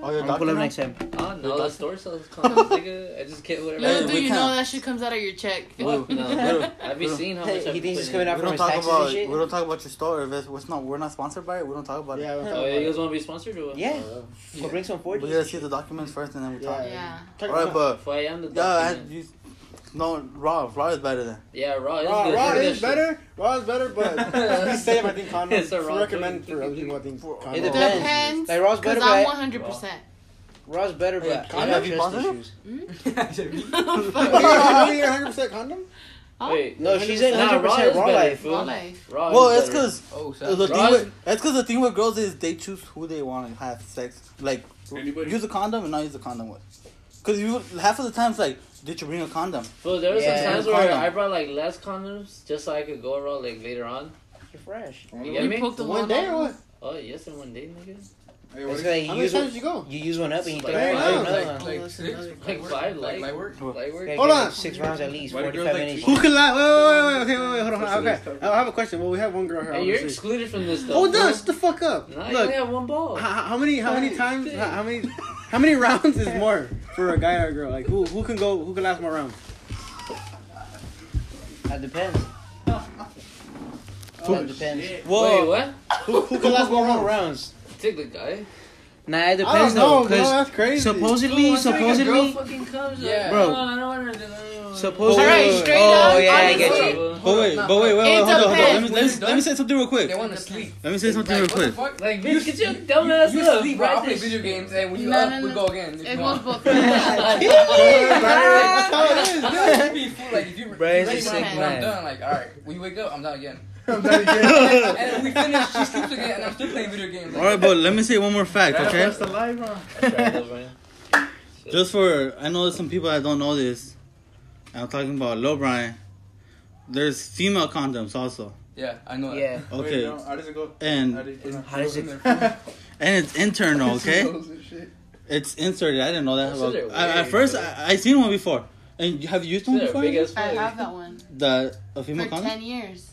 Oh, I'm your gonna pull doctor. now? up next time. Oh no, the store sells condoms, nigga. I just get whatever. Hey, Little we do you can't- know that shit comes out of your check. Well, no. I've been seeing how much Hey, I he thinks it's put in. coming out We from don't his talk taxes and about we shit. don't talk about your store if it's, it's not we're not sponsored by it. We don't talk about it. Yeah. we're talking Oh, yeah, you about- guys want to be sponsored or what? Yeah. Uh, Well, bring some We gotta forties. see the documents first and then we talk. Yeah. talk All right, about- but If I am the yeah, I, document. you, no raw raw is better than. Yeah, raw is Raw, good. raw Look at is that better. Raw is better, but be safe. I think condoms. It's a raw recommend thing. for other people. I think It condoms. depends. Depends. Like Raw's better, Because but I'm I- 100%. Raw's better, but I condom, got you trust positive? issues. Are you 100% condom? shit. Wait, No, she's at Nah, raw 100 percent is raw better, life. fool. Raw life. Raw Well, is it's better. because Oh, so the Raw thing is- with, that's because the thing with girls is they choose who they want to have sex. Like Anybody? use a condom and not use a condom with. Because you half of the time it's like, did you bring a condom? Fool, there were some Yeah. times where Condom. I brought like less condoms just so I could go raw like later on. You're fresh. You Hey, get You me? poked the One day or what? Oh, yes, in one day, nigga. It's what like How you many use, times one- did you go? you use one up and you throw Like, Hey, another no. one. Like- Another one. Like six, Like five, like, light work. Like where? Gotta Hold on. get, like, Six rounds at least. Why do Forty-five girls like minutes. Who can lie? Wait, wait, wait, wait, okay, wait, wait, hold on, okay. I have a question. Well, we have one girl here. Hey, you're obviously. excluded from this stuff. Hold fool. on, shut the fuck up. Nah, you Look, only have one ball. how, how many, how many times, how, how many, how many rounds is more for a guy or a girl? Like, who, who can go, who can last more rounds? That depends. That depends. Wait, what? Who, who can last more rounds? rounds? Take the guy. Nah, it I depends don't know, though. bro. 'cause That's crazy. supposedly, supposedly, fucking comes. Yeah. Oh, Bro. I don't want to do it. supposedly. All right, straight up, Oh yeah, I get honestly. you. But wait, but wait, wait, wait, It hold on, hold on. Let me, depends. let, me, let me say something real quick. They want to sleep. Let me say something real Like, what the quick. fuck? Like, You- bitch, get your dumb ass You up. sleep, bro. I Write play this video shit. games, and when you No, up, no, we no. go again. If It you goes want. both. That's how it is. You'd be fool, like, if you- you Bro, it's ready a when sick I'm- when I'm man. done, like, alright, we wake up, I'm down again. That's And then we finish, she sleeps again, and I'm still playing video games. All right, but let me say one more fact, okay? That's the life, bro. Just for I know there's some people that don't know this. and I'm talking about Lil Brian. There's female condoms also, Yeah, I know that. Yeah. okay, Wait, no, how does it go? How and does it go? How does it? and it's internal, okay? It's inserted. I didn't know that. Those shits About, are I, at weird, first, bro. I, I seen one before. And you- have you used one They're before? big as I have fuck. that one The a for female condom. ten years.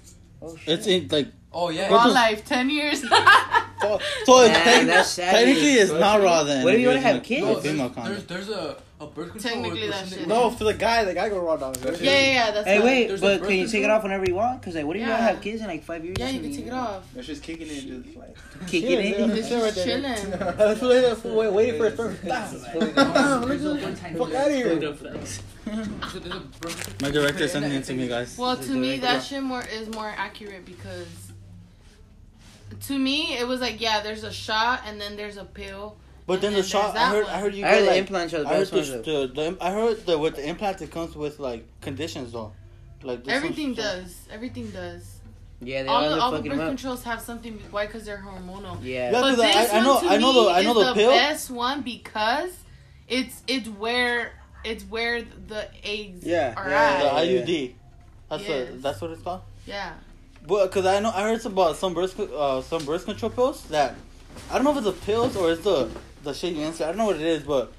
It's in like Oh, yeah. What Raw the- life, ten years. so. so it's Nah, tec- that's sad. technically, it's not raw then. What if you wanna using have a- kids? a No, female there's, condom. there's, there's a, a birth control. Technically, or that something. shit. No, for the guy, the guy go raw down. That's yeah, yeah, yeah. That's Hey, why. wait, There's but a can you birth take it control. off whenever you want? Cause like, what if you Yeah. don't have kids in like five years? or Yeah, you can something, take it off. That's just kicking it, just like. Kick it in. It's just chilling. That's what they wait, waiting for a firm. Fuck out of here. So there's a birth control My director sent it to me, guys. Well, to me, direct- that shit more is more accurate because to me it was like yeah, there's a shot and then there's a pill. But then the and then shot, there's I that heard, one. I heard you I heard go the like. implants are the I heard best ones. the, though. the, the I heard that with the implant it comes with like conditions though, like there's some Everything shit- does. Everything does. Yeah, they All all the, look all the fucking birth up. controls have something. Why? Because they're hormonal. Yeah, Yeah. But 'cause I- this I know- one to I know me the- I know is the the pill. best one because it's it's where it's where the eggs Yeah, are yeah, at. The yeah. IUD, that's Yes. what that's what it's called. Yeah. But because I know I heard about some birth co- uh, some birth control pills that I don't know if it's the pills or it's the the shit you insert. I don't know what it is, but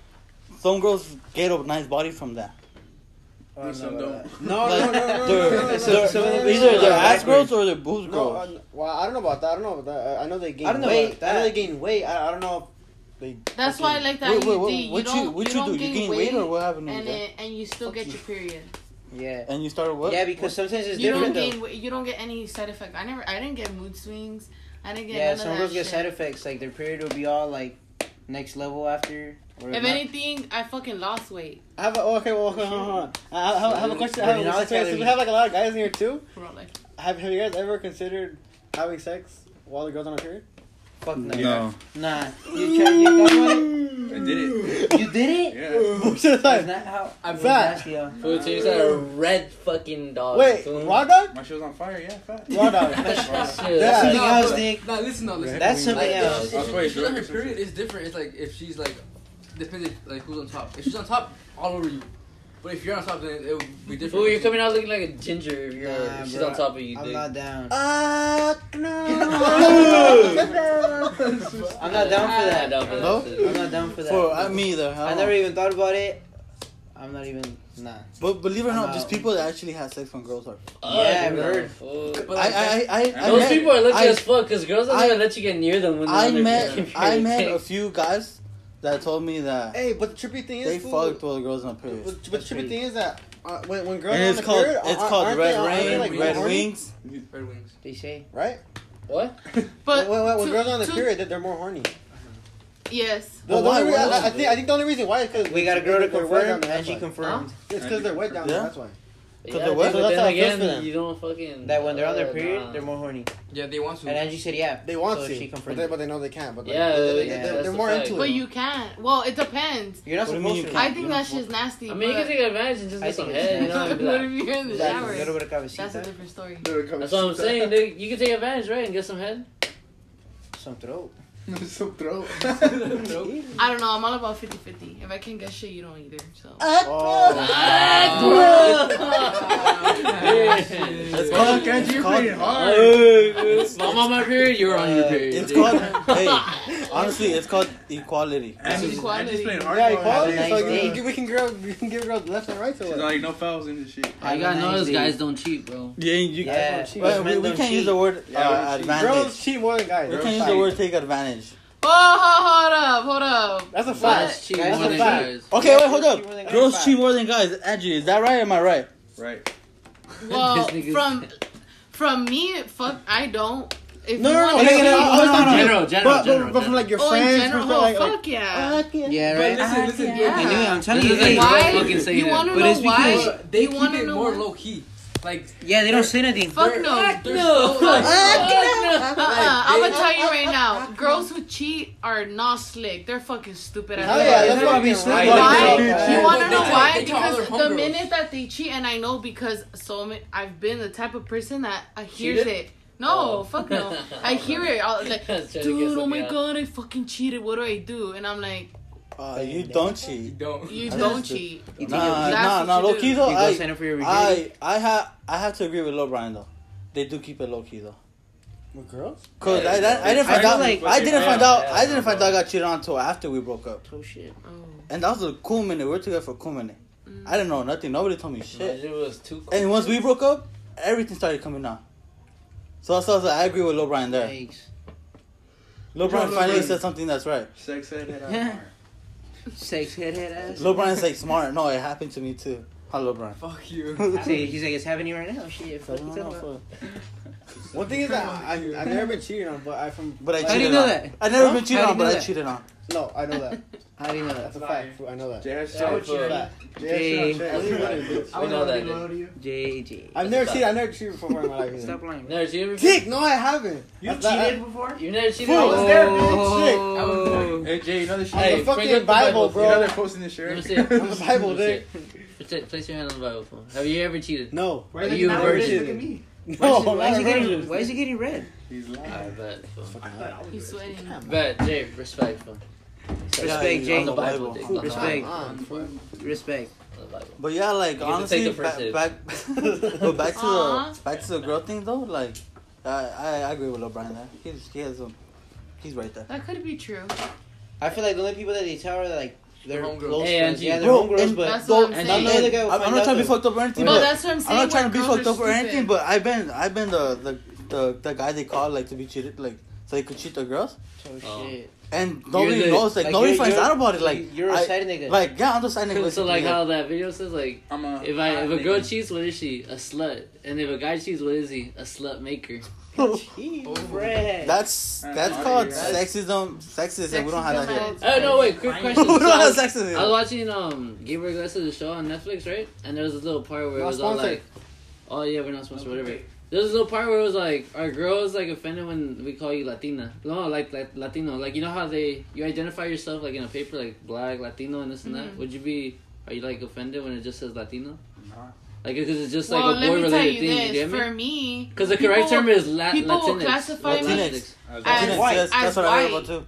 some girls get a nice body from that. Oh, some don't. No, Like, no, no, no, they're, no, no, no, they're, no, no, no, no, either no, they're no, ass no, girls or they're boobs No, girls. uh, well, I don't know about that. I don't know about that. I, I know they gain I don't know weight. about I know they that. gain weight. I, I don't know. If they That's why I like that. Wait, wait, wait, IUD. what you, you don't, what you don't do? You gain weight or what happened? with and that? it, and you still get your period. Yeah. And you started what? Yeah, because sometimes it's You don't different though. gain weight. You don't get any side effects. I never. I didn't get mood swings. I didn't get. Yeah, none some of girls that get shit. side effects. Like their period will be all like next level after. Or If not- anything, I fucking lost weight. I have a, oh, okay, well, okay, hold on, hold on. I I have, I have a question. I have Burning all a the question. Since we calories. have like a lot of guys in here too. Bro, like, Have Have you guys ever considered having sex while the girl's on a period? Fuck no. No. Nah. You tried. You thought about it? I did it. You did it. Yeah. Bullshit That's aside. not how. I'm That's fat. nasty, yo. Food teams are red fucking dogs. Wait, fool. raw dog? My show's on fire. Yeah, fat. Raw dog. Shit. That's Yeah. something Nah, else, but- Nick. Nah, listen, no, listen. That's something Like, else. if she- if Wait, she's on her sure. period, it's different. It's like if she's like, depending like who's on top. If she's on top, all over you. But if you're on top, then it would be different. Fool, you're coming out looking like a ginger if you're Nah, she's bro. on top of you, I'm dude. not down. Uh, no. I'm not down for that. Down for No? that I'm shit. not down for that. For I me either. I I don't never know. even thought about it. I'm not even. Nah. But believe it or not, I'm just out. people that actually had sex when girls are. Alright, Yeah, bro. bird. Fool. But like, I I I I, Those I people are lucky I- as fuck because girls don't I- even let you get near them when they're I on their met period. I met a few guys that told me that Hey, but the trippy thing is, they fool, fucked all the girls on But, period. but the trippy thing is that uh, when when girls And are it's on called the period, it's aren't- called aren't Red they- aren't they, Rain, like, Red horny? Wings. Red wings. They say. right? What? but when, when, when to- girls are on the to- period, they're- they're more horny. Yes. Well, why- the only why rea- I, I is think I think the only reason why is because We got a girl to confirm, Down, and that's she why. confirmed. It's because they're wet down. Yeah. there, That's why. Yeah, the weather- but that's how then it feels for again, them. you don't fucking. that when they're on their uh, period, nah. they're more horny. Yeah, they want to. And Angie said, yeah. They want so to, She but confirmed. they, it. but they know they can't. But like, Yeah, they, yeah, are that's the more fact. into But it. you can't. Well, it depends. You're not What do you mean supposed you to. can't? I think that shit's nasty. I mean, you can but- take advantage and just I get some think it's head, you know? and be But if like- you're in Exactly. the A little shower, bit of cabecita. that's a different story. That's what I'm saying, dude. You can take advantage, right, and get some head. Some throat. Some throat. Nope. I don't know. I'm all about 50 50. If I can't get shit, you don't either. So. Uh. It's Fuck, called Angie, it's you're called, pretty hard. it's, Mom on my period, you're on your Uh, period. it's dude. called hey honestly it's called equality. Angie's, Angie's playing hardball. Yeah, equality. Have a So nice you- day. we can girl, we can give girls left and right to She's it. like no fouls in this shit. I gotta Have a know nice those day. guys don't cheat, bro. Yeah, you Yeah. guys. Well, we, Men we don't can't use cheat. the word Yeah, uh, we cheat. advantage. Girls cheat more than guys. We Girls can't use the fight. word take advantage. Oh, hold up, hold up. That's a Guys fact. cheat Guys more are than fat. guys. Okay, wait, hold Girls cheat more than up. guys. Girls cheat more than guys. Angie, is that right? Or am I right? Right. Well, This nigga's- from From me, fuck, I don't. If No, no, you no, want no, to no, see- no, no, no, no. General, general, But, general. but, but from like your Oh, in friends, general, from oh, like, fuck like, yeah. uh, fuck yeah. Yeah, But right. listen, listen. yeah. You know, I'm telling you, This is they, like- why? fucking say you that. want to But know it's because- why? They You keep wanna it know more why? low key. Like yeah, they don't say nothing. Fuck no. they're so like, Uh-uh. I'm gonna tell you right now. Girls who cheat are not slick. They're fucking stupid. Hell yeah, that's Why? why we sleep like Why? that. You want to They know tell- why? they tell all their Because the homegirls. minute that they cheat, and I know because so ma- I've been the type of person that uh, hears Cheated? it. No, Oh. fuck no. I hear it. I'll, like, Trying to get dude, oh something my out. god, I fucking cheated. What do I do? And I'm like, Uh, you don't cheat. don't. you That's don't the- cheat. You think Nah, you- That's nah, what nah. you Low do. key you though, go I, sign up for your virginity? I, I have, I have to agree with Lil Brian though. They do keep it low key though. With girls? Cause Yeah, I, that, I didn't I find feel out. like- I didn't find Yeah, out. yeah, I didn't yeah, find bro. out I got cheated on until after we broke up, Oh shit. Oh. and that was a cool minute. We were together for a cool minute. Mm. I didn't know nothing. Nobody told me shit. Imagine if it was too cool. And once we broke up, everything started coming out. So that's why I was like, I agree with Lil Brian there. Thanks. Lil Brian Lil finally Brian. said something that's right. Sex ed uh, had Yeah. Sex head head ass. Lil Brian's like smart. No, it happened to me too. Hi, Lil Brian. Fuck you. See, he's like, it's happening right now. Shit. Fuck you talking about? One thing is that I, I've never been cheated on, but I from But I like, cheated do you know on. that? I never Huh? been cheated How do on, you know but I that? cheated on. No, I know that. How do you know that? That's a fact. I know that. Jazz Yeah, shot. but you're- Fact. Jay. Jazz shot. Jazz shot. We know that. dude. JJ. I've never cheated. I've never cheated before in my life. either. Stop lying. Never cheated before? Dick, no, I haven't. You That's not- uh, cheated before? You never cheated Fool. before? I was there, Oh. Hey Jay, you know this shit. I'm Hey, the bring up fucking the Bible, Bible, You know bro. they're posting this shit. Let me right? see Hey, it. I'm the Bible, Let dick. me see it. Pretend- Place your hand on the Bible phone. Have you ever cheated? No, Why Are they you not a looking virgin? at me? Why is he- no, why is not a he getting? virgin. Why is he getting red? He's I lying. bet. Phone. He's sweating. Bet, Jay, respect phone. Respect, Yeah, Jay. On on the the Bible, Bible. dick. On the Respect. Bible. Respect. On the Bible. But yeah, like You get to honestly, take the back, first back but back to Aw. the back to the girl thing though. Like, I I, I agree with LeBron there. He's he has um, he's right there. That could be true. I feel like the only people that they tell are like their Homegirls. close Hey, friends. Angie. Yeah, they're Bro, homegirls, and- but That's what I'm And not I'm saying. not, the other guy will I'm, find I'm not out, trying to be though. fucked up or anything. No, but that's what I'm I'm saying. not trying to be Girls are fucked up or stupid. anything. But I've been I've been the the the, the guy they call like to be cheated like so they could cheat the girls Oh, shit. and nobody the- knows like, Like, nobody you're- finds you're- out about it like you're a I- side nigga. like yeah I'm just saying like, So like how that video says like I'm a. if I if a girl nigga. cheats, what is she? A slut. And if a guy cheats, what is he? A slut maker. Jeez, Fred. that's Uh, that's oh, called yeah. sexism sexism we don't have that here Sexism Oh no! Wait, quick question. we So don't I have was, sexism I was here. watching um Gabriel Iglesias' show on Netflix, right? And there was this little part where it Not was all sponsored. like, "Oh yeah, we're not sponsored, whatever." There was this little part where it was like, "Are girls like offended when we call you Latina?" No, like like Latino. Like you know how they you identify yourself like in a paper like Black, Latino, and this and that. Mhm. Would you be are you like offended when it just says Latino? Nah. Like because it's just like well, a let boy me tell you related thing. You this. get For me? me, Because the people correct term will- is La- people will Latinx. classify me- Latinx. I was As- like, Yes, white, yes, that's as what I heard white. about too.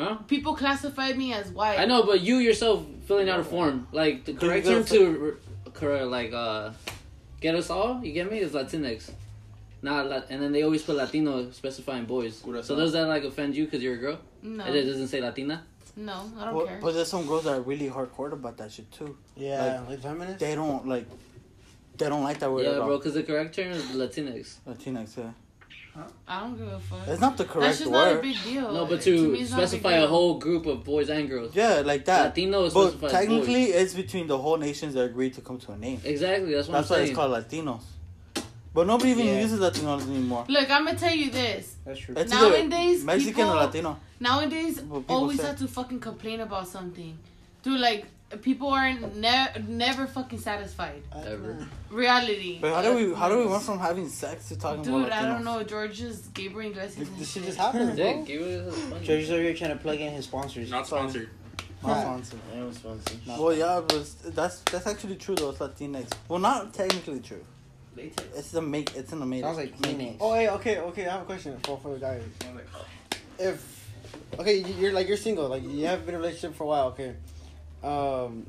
Huh? people classify me as white. I know, but you yourself filling out a form, like the Dude, correct you term gotta to r- correct, like uh, get us all. You get me? Is Latinx, not La- and then they always put Latino specifying boys. So Curazao. does that like offend you because you're a girl No, and it doesn't say Latina? no, I don't Well, care. But there's some girls that are really hardcore about that shit too. Yeah, like feminist. They don't like. They don't like that word yeah, at bro, all. because the correct term is Latinx. Latinx, yeah. I don't give a fuck. It's not the That's correct just not a word. big deal. No, but Oh, To to me, it's not specify big a deal. whole group of boys and girls. yeah, like that. Latino is but specified technically, boys. it's between the whole nations that agreed to come to a name. Exactly, that's what That's I'm why saying. it's called Latinos. But nobody even Yeah. uses Latinos anymore. Look, I'm gonna tell you this. That's true. It's either Nowadays, Mexican people, or Latino. Nowadays, Well, people always say- have to fucking complain about something. Dude, like people aren't ne- never fucking satisfied. Ever. Reality. But how do we how do we went from having sex to talking about Dude, Latinos? I don't know. George's Gabriel Iglesias. and This shit shit. just happened, Yeah, bro. give it a funny. George's over here trying to plug in his sponsors. Not sponsored. Not Right. sponsored. I am sponsored. Well, yeah, but it's- that's that's actually true though. It's Latinx. Well, not technically true. It's the make. It's in the make. Sounds like Kleenex. Oh, hey, okay, okay. I have a question for for the guys. oh. If okay, you- you're like you're single, like you haven't been in a relationship for a while. Okay, um,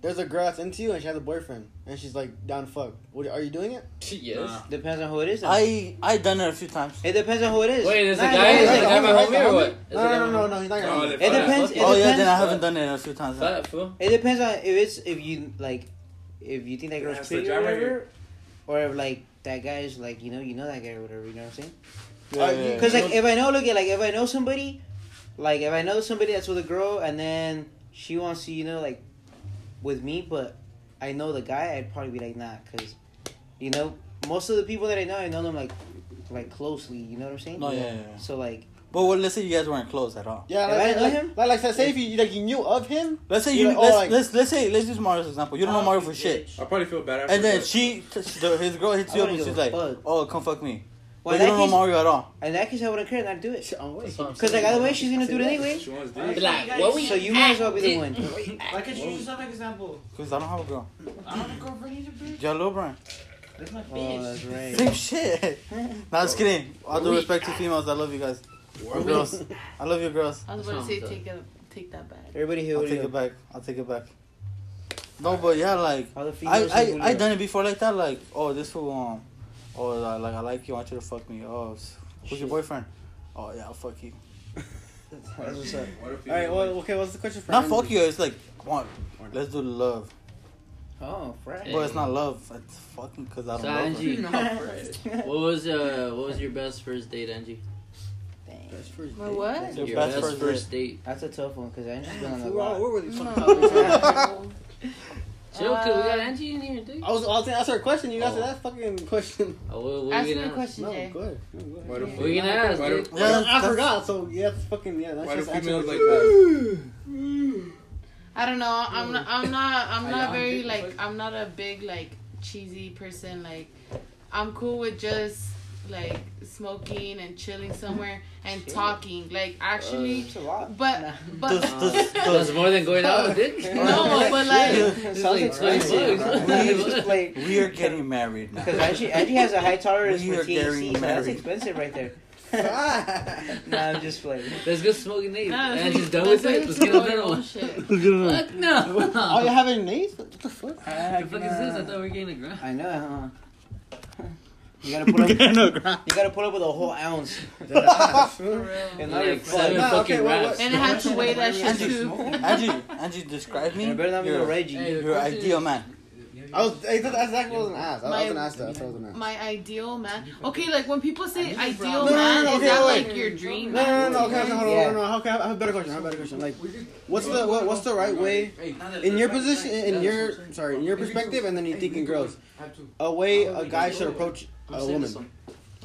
there's a girl that's into you and she has a boyfriend and she's like down to fuck. What are you doing it? Yes. Nah. Depends on who it is. I I done it a few times. It depends on who it is. Wait, is the Nah, guy it is the depends- guy my Right, right, homie or right. what? Is the No, guy no, my no, no, homie? no. He's Oh, not they your homie. oh, It fuck. depends. It Oh yeah, then I depends. haven't done it a few times. Fat fool. It depends on if it's if you like if you think that girl's That's the pretty or drama here. whatever, or if like that guy is like you know you know that guy or whatever. You know what I'm saying? Yeah, yeah, yeah. Because like if I know, look at like if I know somebody, like if I know somebody that's with a girl and then she wants to, you know, like with me, but I know the guy, I'd probably be like, nah, because you know most of the people that I know, I know them like like closely. You know what I'm saying? No, yeah, yeah, yeah. So like, But what, let's say you guys weren't close at all. Yeah, If like, I like, know like, him- like, like, say if you like you knew of him, Let's say You're you. like, oh, let's, like- let's let's say let's use Mario's example. You don't Ah, know Mario for shit. I probably feel bad after And then that. she, the, his girl hits I you up and wouldn't she's like, give a fuck. "Oh, come fuck me." well, but you in that, don't know case, Mario at all. in that case, I wouldn't care, and I'd do it. That's what I'm Cause like saying. either way, she's gonna do it anyway. She wants Be dick. like, what we So you might as well be the one. Why can't you use yourself as an example? Cause I don't have a girl. I don't have a girlfriend either, bitch. Jello Brian. That's my Oh, bitch. that's right. Same shit. nah, just kidding. All due respect to females, I love you guys. Or girls. I love you girls. I was about to say take it, take that back. Everybody here, I'll what do take you? it back. I'll take it back. No, but yeah, like All the I females in I I Julio. done it before like that. Like oh this fool um oh I like I like you. I want you to fuck me. Oh s- who's your Shit. boyfriend? Oh yeah, I'll fuck you. That's what's up. What if you all right. like- Well, okay. What's the question for? Not Andrew? fuck you. It's like I want. Let's do love, Oh, Friday. but it's not love. It's fucking cause I don't So love her. Angie, No, Fred. what was uh what was your best first date, Angie? That's first My date. what? Your Your best best, first first, date. That's a tough one because I just been on a We're all- lot. we're really fucking No. up. Chill, 'cause we got Uh, Angie in here, dude. I was. I was gonna ask her a question. You answered Oh. that fucking question. Oh, what, what Ask we me gonna a ask? question, No, Jay. good. No, go ahead. Why do- What we gonna ask, why dude? do- Yeah, I that's- forgot. So yeah, it's fucking yeah. That's Why do just actually- females like that? I don't know. I'm not. I'm not. I'm Are not you very hungry? like. I'm not a big like cheesy person. Like, I'm cool with just like smoking and chilling somewhere and talking. Like, actually, Uh, It's a Uh, lot. but but Does- does- Uh, That's more than going out, dude. no, but like It's Sounds like expensive. 20 bucks. Just like We are getting married now. because Angie, Angie has a high tolerance We for are getting THC, so that's married. expensive right there. nah, I'm just playing. Let's go smoking Nate. nah, Angie's done that's with it. it. Let's get another Your own one. shit. Fuck no. What Oh, you the have any names? What the fuck? Heck fuck is this? I nah. thought we were getting a grind. I know, huh? You gotta put up. You gotta put up with a whole ounce. And now you're Like seven fucked. Nah, okay, fucking what- raps. And I had to weigh that shit Angie, too. Angie, Angie, describe me. And it better not be Your, no Reggie. Hey, your ideal man. I was. Hey, that's exactly what I was gonna ask. I My- was gonna ask that. That's what I was gonna ask. My ideal man. Okay, like when people say No, ideal no, man, no, is okay, that wait. like your dream? No, no, man? no, okay, okay, hold on, Yeah. hold on, okay, I have a better question, I have a better question, like, what's the, what, what's the right way, in your position, in your, sorry, in your perspective, and then you think in girls, a way a guy should approach a woman,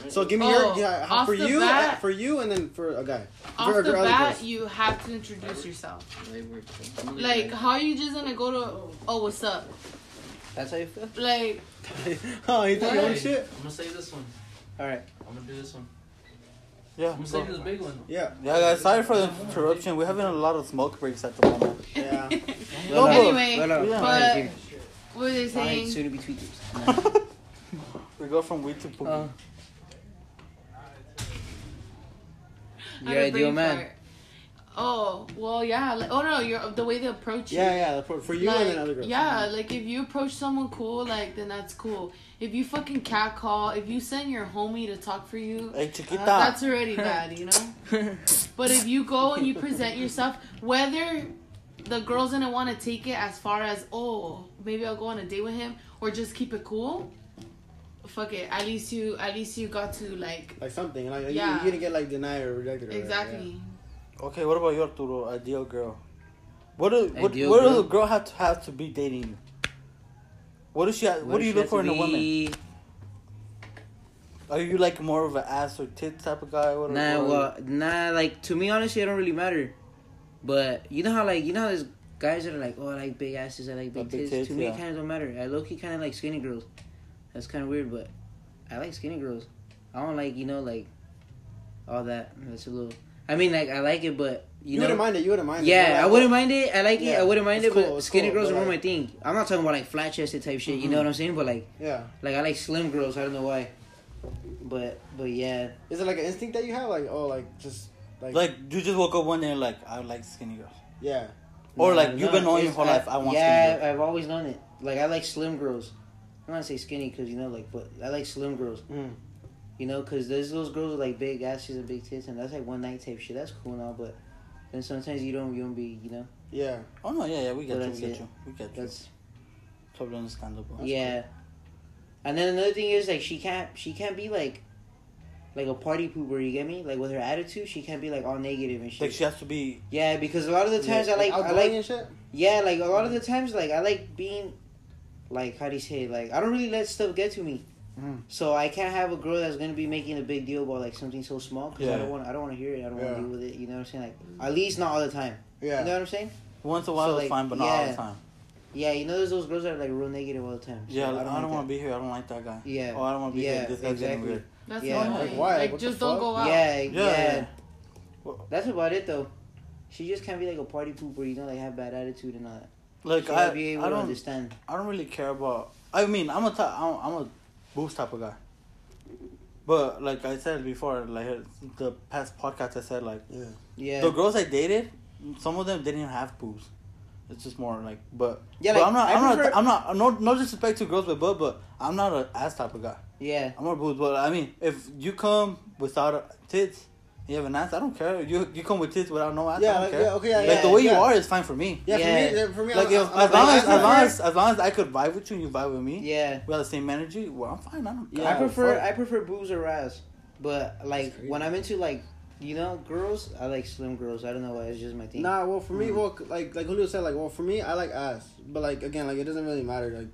so give me your, Oh, yeah, how- off for the you, bat- for you, and then for a guy, Off for a the girl, other bat, girls. you have to introduce yourself. Like, how are you just gonna go to, oh, what's up? That's how you feel. Like, oh, you think you own Right. shit, I'm gonna say this one. All right. I'm gonna do this one. Yeah. I'm gonna go. say the big one. yeah, Yeah, guys, sorry for the interruption. We're having a lot of smoke breaks at the moment. yeah, No, but- Anyway, Well, yeah. but- here. what are they Fine, saying? soon to be tweeters. we go from weed to poop. Uh, I your have a ideal brain man. fart. Oh, well, yeah. Like, oh, no, you're, the way they approach you. yeah, yeah, for, for you, and then other Like, girls, yeah, like if you approach someone cool, like then that's cool. If you fucking catcall, if you send your homie to talk for you, uh, Hey, chiquita. that's already bad, you know? But if you go and you present yourself, whether the girl's gonna want to take it as far as, oh, maybe I'll go on a date with him, or just keep it cool, fuck it. At least you, at least you got to like, like something, like, you- Yeah. you're gonna get, like, denied or rejected, or whatever, yeah. exactly. okay, what about your Arturo, ideal girl? What do what, Ideal what does girl? a girl have to have to be dating you? What does she? Have, what, do you if she look for has in to a woman? be- Are you like more of an ass or tit type of guy? What Nah, or, well, nah. Like to me, honestly, it don't really matter. But you know how like you know how there's guys that are like, oh, I like big asses, I like big, Like big tits. tits, To me, yeah. it kind of don't matter. I low key kind of like skinny girls. That's kind of weird, but I like skinny girls. I don't like you know like all that. That's a little. I mean, like I like it, but you, You, know. wouldn't mind it, you wouldn't mind it, Yeah, You're I like, wouldn't mind it. I like Yeah, it. I wouldn't mind it's it, but cool, it's skinny cool, girls but, are more my like- Mm-hmm. thing. I'm not talking about like flat chested type shit. You know what I'm saying? But like, Yeah, like I like slim girls. I don't know why. But but yeah, is it, like, an instinct that you have, like, oh, like, just, like, like you just woke up one day and like I like skinny girls, yeah, or No, like no, you've been knowing your it's- whole life. I want Yeah, skinny girls. I've always known it. Like I like slim girls. I'm not gonna say skinny because you know, like, but I like slim girls. Mm. You know, because there's those girls with like big asses and big tits, and that's like one night type shit. That's cool and all, but then sometimes you don't, you don't be, you know. yeah. Oh no, yeah, yeah, we get you, we But that's get it. you, we get you. That's totally understandable. yeah. And then another thing is like she can't, she can't be like, like a party pooper. You get me? Like with her attitude, she can't be like all negative and shit. Like she has to be. yeah, because a lot of the times I like, I outgoing like and shit. Yeah, like a lot of the times, like I like being, like how do you say, it? like I don't really let stuff get to me. Mm. So I can't have a girl that's gonna be making a big deal about like something so small because I Yeah. don't want I don't want to hear it. I don't want Yeah. to deal with it. You know what I'm saying? Like at least not all the time. Yeah. You know what I'm saying? Once in a while So, it's like, fine, but not all yeah. the time. Yeah. You know, there's those girls that are like real negative all the time. So Yeah, like, I don't, like want that. to be here. I don't like that guy. Yeah. Oh, I don't want to be yeah, here. This guy's getting exactly. weird. That's Yeah. the Like, only why? Like, What the just don't fuck? go out. Yeah, Yeah, yeah. yeah. Well- That's about it though. She just can't be like a party pooper. You know, like have bad attitude and all that. Like she gotta I, be able I to don't, understand. I don't really care about. I mean, I'm a type. I'm, I'm a boobs type of guy. But like I said before, like the past podcast, I said like Yeah. the girls I dated, some of them didn't even have boobs. It's just more like, but Yeah, but like, I'm not, I I'm prefer- not, I'm not, no, no disrespect to girls with butt, but I'm not an ass type of guy. yeah. I'm not boobs, but I mean, if you come without a, tits, you have an ass. I don't care. You you come with tits without no ass. I Yeah, don't like, care. yeah, okay, yeah, like yeah, the way yeah. you are is fine for me. Yeah, Yeah. for me, yeah, for me, Like I'm, if, I'm, as long as I as long prefer- as as long as I could vibe with you and you vibe with me, Yeah. we have the same energy. Well, I'm fine. I don't. Yeah. I prefer fuck. I prefer boobs or ass, but like when I'm into like you know girls, I like slim girls. I don't know why it's just my thing. Nah, well, for me, well, like like Julio said, like well, for me, I like ass, but like again, like it doesn't really matter. Like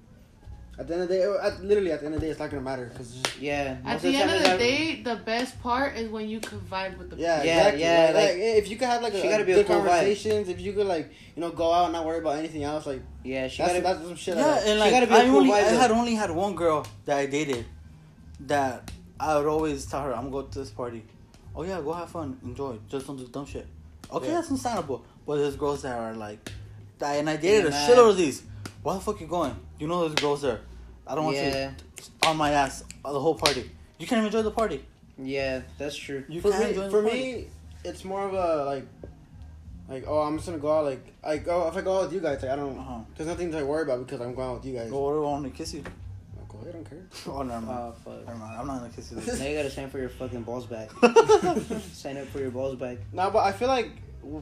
at the end of the day, or at, literally at the end of the day, it's not gonna matter because Yeah. most At the end time of it's the like- day, the best part is when you can vibe with the yeah, Yeah, exactly. yeah, like, like- like, if you could have like a, She gotta a be a good cool vibe. conversations, if you could like you know go out and not worry about anything else, like Yeah, she that's gotta. that's some shit. I Yeah, like. and She gotta like be a I cool only vibe, I though. had only had one girl that I dated that I would always tell her I'm going to this party. Oh yeah, go have fun, enjoy. Just don't do dumb shit. Okay, Yeah. that's understandable. But there's girls that are like, that, and I dated Yeah, a man. shitload of these. Why the fuck you going? You know those girls there. I don't want yeah, you on my ass uh, the whole party. You can't enjoy the party. yeah, that's true. You for can't me, enjoy the for party. me, it's more of a like, like oh, I'm just gonna go out like like oh, if I go out with you guys, like I don't, Uh-huh. there's nothing to like, worry about because I'm going out with you guys. Go over and kiss you. Like, oh, I don't care. Oh, never mind. Oh fuck! never mind. I'm not gonna kiss you. Now you gotta sign for your fucking balls back. sign up for your balls back. No, but I feel like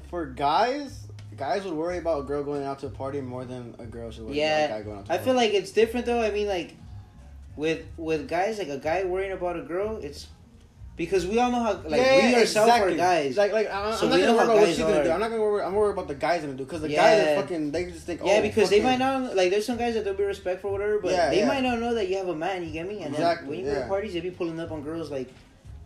for guys, guys would worry about a girl going out to a party more than a girl should worry Yeah, about a guy going out to a I party. feel like it's different though. I mean, like with with guys, like a guy worrying about a girl, it's because we all know how like Yeah, we yeah, ourselves exactly. are guys. Like, like I'm, So I'm we not gonna know how worry about what guys she's gonna do. are. I'm not gonna worry. I'm worried about the guys gonna do because the guys Yeah. are fucking. They just think. Oh, yeah, because they might fucking- not like. There's some guys that don't be respectful or whatever, but Yeah, they yeah. might not know that you have a man. You get me? And Exactly, then when you go to yeah. parties, they be pulling up on girls like,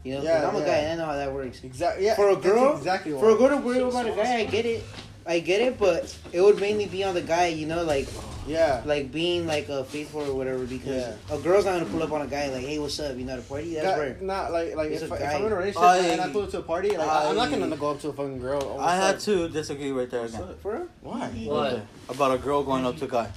you know, 'cause Yeah, I'm a yeah. guy and I know how that works. Exactly. Yeah. For a that's girl- Exactly. For a why. girl to worry about a guy, I get it, I get it, but it would mainly be on the guy, you know, like Yeah. like being like a faithful or whatever. Because Yeah. a girl's not gonna pull up on a guy like, hey, what's up? You know, at a party, that's Guy- rare. Not like like It's if, a if guy. I'm in a relationship I- and I go to a party, like I, am not I- gonna go up to a fucking girl. Oh, I had what's up? to disagree right there again. For real? Why? What? About a girl going up to a guy.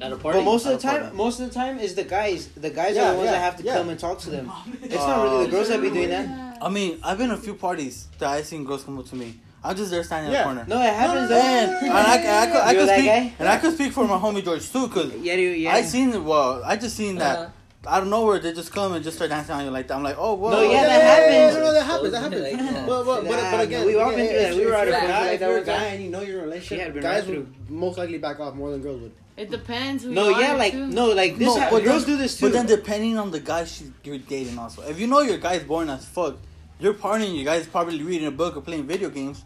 At a party? But most of the At a time, party. most of the time is the guys. The guys Yeah, are the ones yeah, that have to yeah. come and talk to them. It's not Oh. really the girls that be doing that. I mean, I've been to a few parties that I seen girls come up to me. I'm just there standing Yeah. in the corner. No, it happens. though. And, and I, I, could, I You're could that speak, guy? and I could speak for my homie George too, cause Yeah, dude, yeah. Uh-huh. I seen well, I just seen that out of nowhere they just come and just start dancing on you like that. I'm like, oh, whoa, No, whoa, yeah, whoa, that whoa, happens. whoa, No, no, that happens. That happens. Like, uh, But, but, but, Nah, but again, no, we've all yeah, been through if- that. We if were out you're of a control guy, like if that you're a one time. guy and you know your She had relationship, been guys right through. would most likely back off more than girls would. It depends who No, you are. yeah, like too. no, like this. No, ha- but girls then- do this too. But then depending on the guy she, you're dating also. If you know your guy's boring as fuck, you're partying, your guy's probably reading a book or playing video games.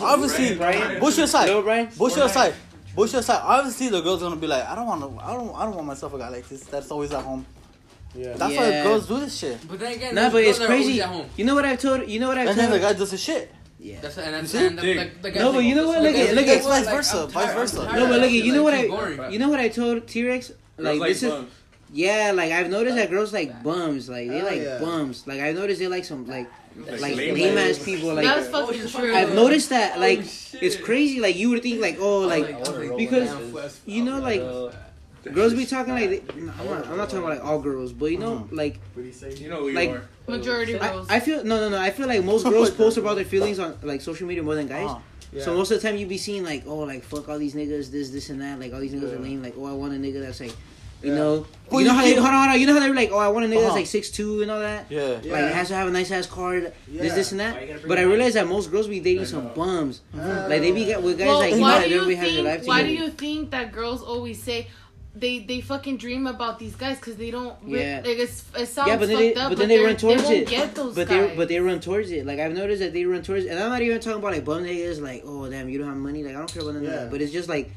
Obviously, Brian. bullshit aside, No, Brian. bullshit aside, bullshit aside, obviously the girl's gonna be like, I don't want to, I don't, I don't want myself a guy like this. That's always at home. Yeah. That's Yeah. why girls do this shit. But then again, Nah, those but it's girls are always crazy. At home. You know what I've told? You know what I've And then the told? guy does the shit. That's and that's You see? and the, the, the guys No, like, but you know "Oh, what? this Look guy at- is look so at- cool." Like, vice I'm versa, tired, vice I'm versa. tired. No, but look, at- you know what Keep I? going. You know what I told T Rex? Like this is. Yeah, like I've noticed that girls like bums, like they Oh, like yeah. bums. Like I noticed they like some like like, lame lame ass ass. people. That's Like fucking Oh, true. I've noticed that. Oh, Like shit. it's crazy. Like you would think like I oh was like I was like, because damn, Flex. you know, oh, I was like, girls be talking like they- I'm not, I'm not talking about like all girls, but you know Uh-huh. like You know who you Like- are. Majority I, girls. I feel no no no I feel like most girls post about their feelings on like social media more than guys. Uh-huh. So most of the time you be seeing like oh like fuck all these niggas this this and that like all these niggas are lame like oh I want a nigga that's like you know Well, you you know how they, keep- hold on hold on you know how they're like oh I want a nigga that's Uh-huh. like six two and all that Yeah. Yeah. like has to have a nice ass car this Yeah. this and Why you gotta that bring but I it up? realize that most girls be dating some bums like they be get with guys well, like why that do don't be you having their life think? Why do together. you think that girls always say? They, they fucking dream about these guys because they don't. Re- Yeah. Like it's, it sounds Yeah, but then fucked they, up, but then they they're- run towards they it. won't Get those but guys. they but they run towards it. Like I've noticed that they run towards it, and I'm not even talking about like bum niggas. Like oh damn, you don't have money. Like I don't care about none of Yeah. that. But it's just like,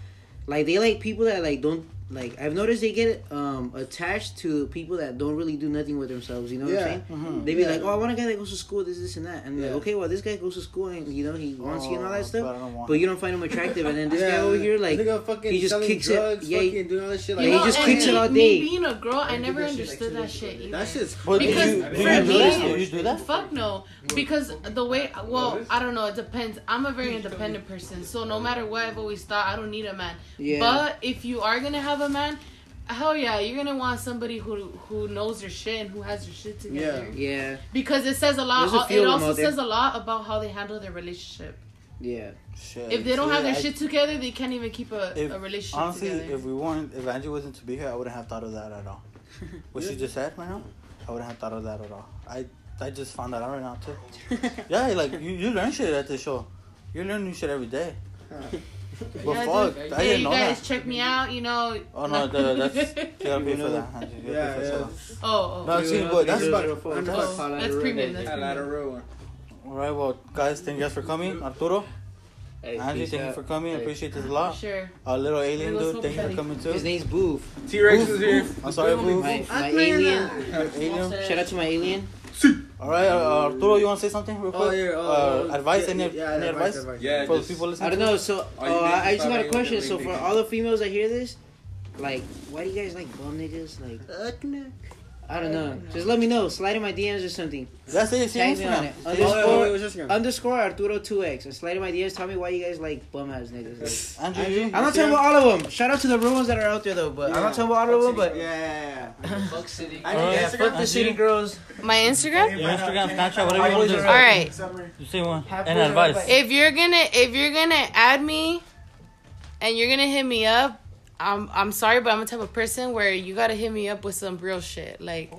like they like people that like don't like I've noticed they get um attached to people that don't really do nothing with themselves. You know what I'm saying? Mhm. They be Yeah. like, oh, I want a guy that goes to school, this, this, and that, and like, Yeah. okay, well, this guy goes to school, and you know, he wants you and all Oh, that stuff, But I don't want. but you don't find him attractive, and then this guy over here, like, nigga fucking he just selling kicks it- drugs, yeah, he- fucking doing all this shit. Yeah, Like, he You know, just and kicks it me- all day. Me being a girl, I did never that shit like understood two that years ago, shit dude. either. that shit's. But do Because you, for do you me- notice that? You do that? Fuck no, because the way well, I don't know. It depends. I'm a very independent person, so no matter what, I've always thought I don't need a man. yeah, But if you are gonna have a man, hell yeah, you're gonna want somebody who who knows your shit and who has your shit together. yeah, Because it says a lot. uh, There's a few it of 'em also out there. says a lot about how they handle their relationship. yeah, Shit. If they don't See, have their Uh, I- shit together, they can't even keep a, If- a relationship Honestly, together. if we weren't, if Angie wasn't to be here, I wouldn't have thought of that at all. What she just said right now, I wouldn't have thought of that at all. I I just found that out right now too. yeah, like you, you learn shit at this show. You learn new shit every day. But Yeah, fuck, dude. I yeah, didn't you know guys that. check me out. You know. Oh no, the, that's you gotta pay for that. Angie. You gotta Yeah, pay for yeah. that. oh, oh. No, see, but that's I'm about. about- I'm Oh, about to that's premium. That's call premium. out a real one. All right, well, guys, thank you guys for coming. Arturo, Hey, Angie, peace thank you out. for coming. I Hey. appreciate this a lot. Sure. Our little alien Hey, what's dude, up, thank you for buddy? coming too. his name's Boof, T Rex Boof, is here. I'm sorry, boo. my, my playing alien. Alien. Shout out to my alien. All right, uh, Arturo, you want to say something real quick? Oh, yeah, oh, uh, advice, yeah, any, yeah, any advice, Yeah, for the just- people I listening? don't know. So Are you uh, I making just got fun a of question. everything? So for all the females that hear this, like, why do you guys like bum niggas? Like, I don't know. Just let me know. Slide in my DMs or something. That's it. See you Thanks, Instagram. man. See you Oh, Instagram. yeah. Underscore. Underscore Arturo two X and slide in my DMs. Tell me why you guys like bum ass niggas. Like, Andrew, you? I'm not talking about all of them. Shout out to the real ones that are out there though. But I'm not talking about all of them. But Yeah. Fuck City. I Alright. need Oh, yeah, fuck Instagram. the shitty girls. My Instagram. Your Instagram, Snapchat, whatever you Always want to around. do. All right. Summary. You say one. Halfway And around, advice. but- If you're gonna if you're gonna add me, and you're gonna hit me up, I'm I'm sorry, but I'm the type of person where you gotta hit me up with some real shit, like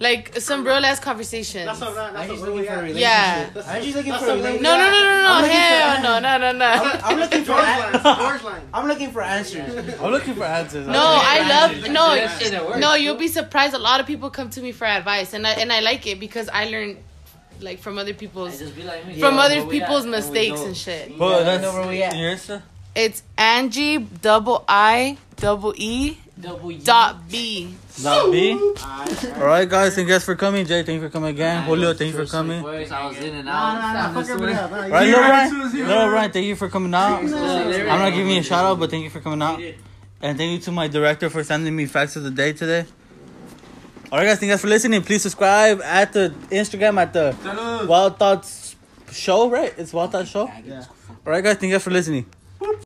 like some real ass conversations. That's all right. I'm That's just all looking for a right. relationship. Yeah. I'm just looking That's for a something- lady. No, no, no, no, I'm no, looking hell for- no, no, no, no. I'm looking for. George line. an- George line. I'm looking for answers. I'm looking for answers. No, I love no, That shit at work. no. You'll be surprised. A lot of people come to me for advice, and I and I like it because I learn, like from other people's Just be like me. from Yeah, other where we at? people's And we mistakes don't- and shit. But I that's know where we at. your Insta? It's Angie double I double E Double dot B. Not B. All right, guys. Thank you guys for coming. Jay, thank you for coming again. Julio, thank you for coming. All Boys, I was in and out. Fuck everybody up. Alright, right, you- Little Ryan. Little Ryan, thank you for coming out. I'm I'm not giving you a shout out, but thank you for coming out. And thank you to my director for sending me facts of the day today. Alright guys, thank you guys for listening. Please subscribe at the Instagram at the Wild Thoughts Show, right? It's Wild Thoughts Show. Alright guys, thank you guys for listening.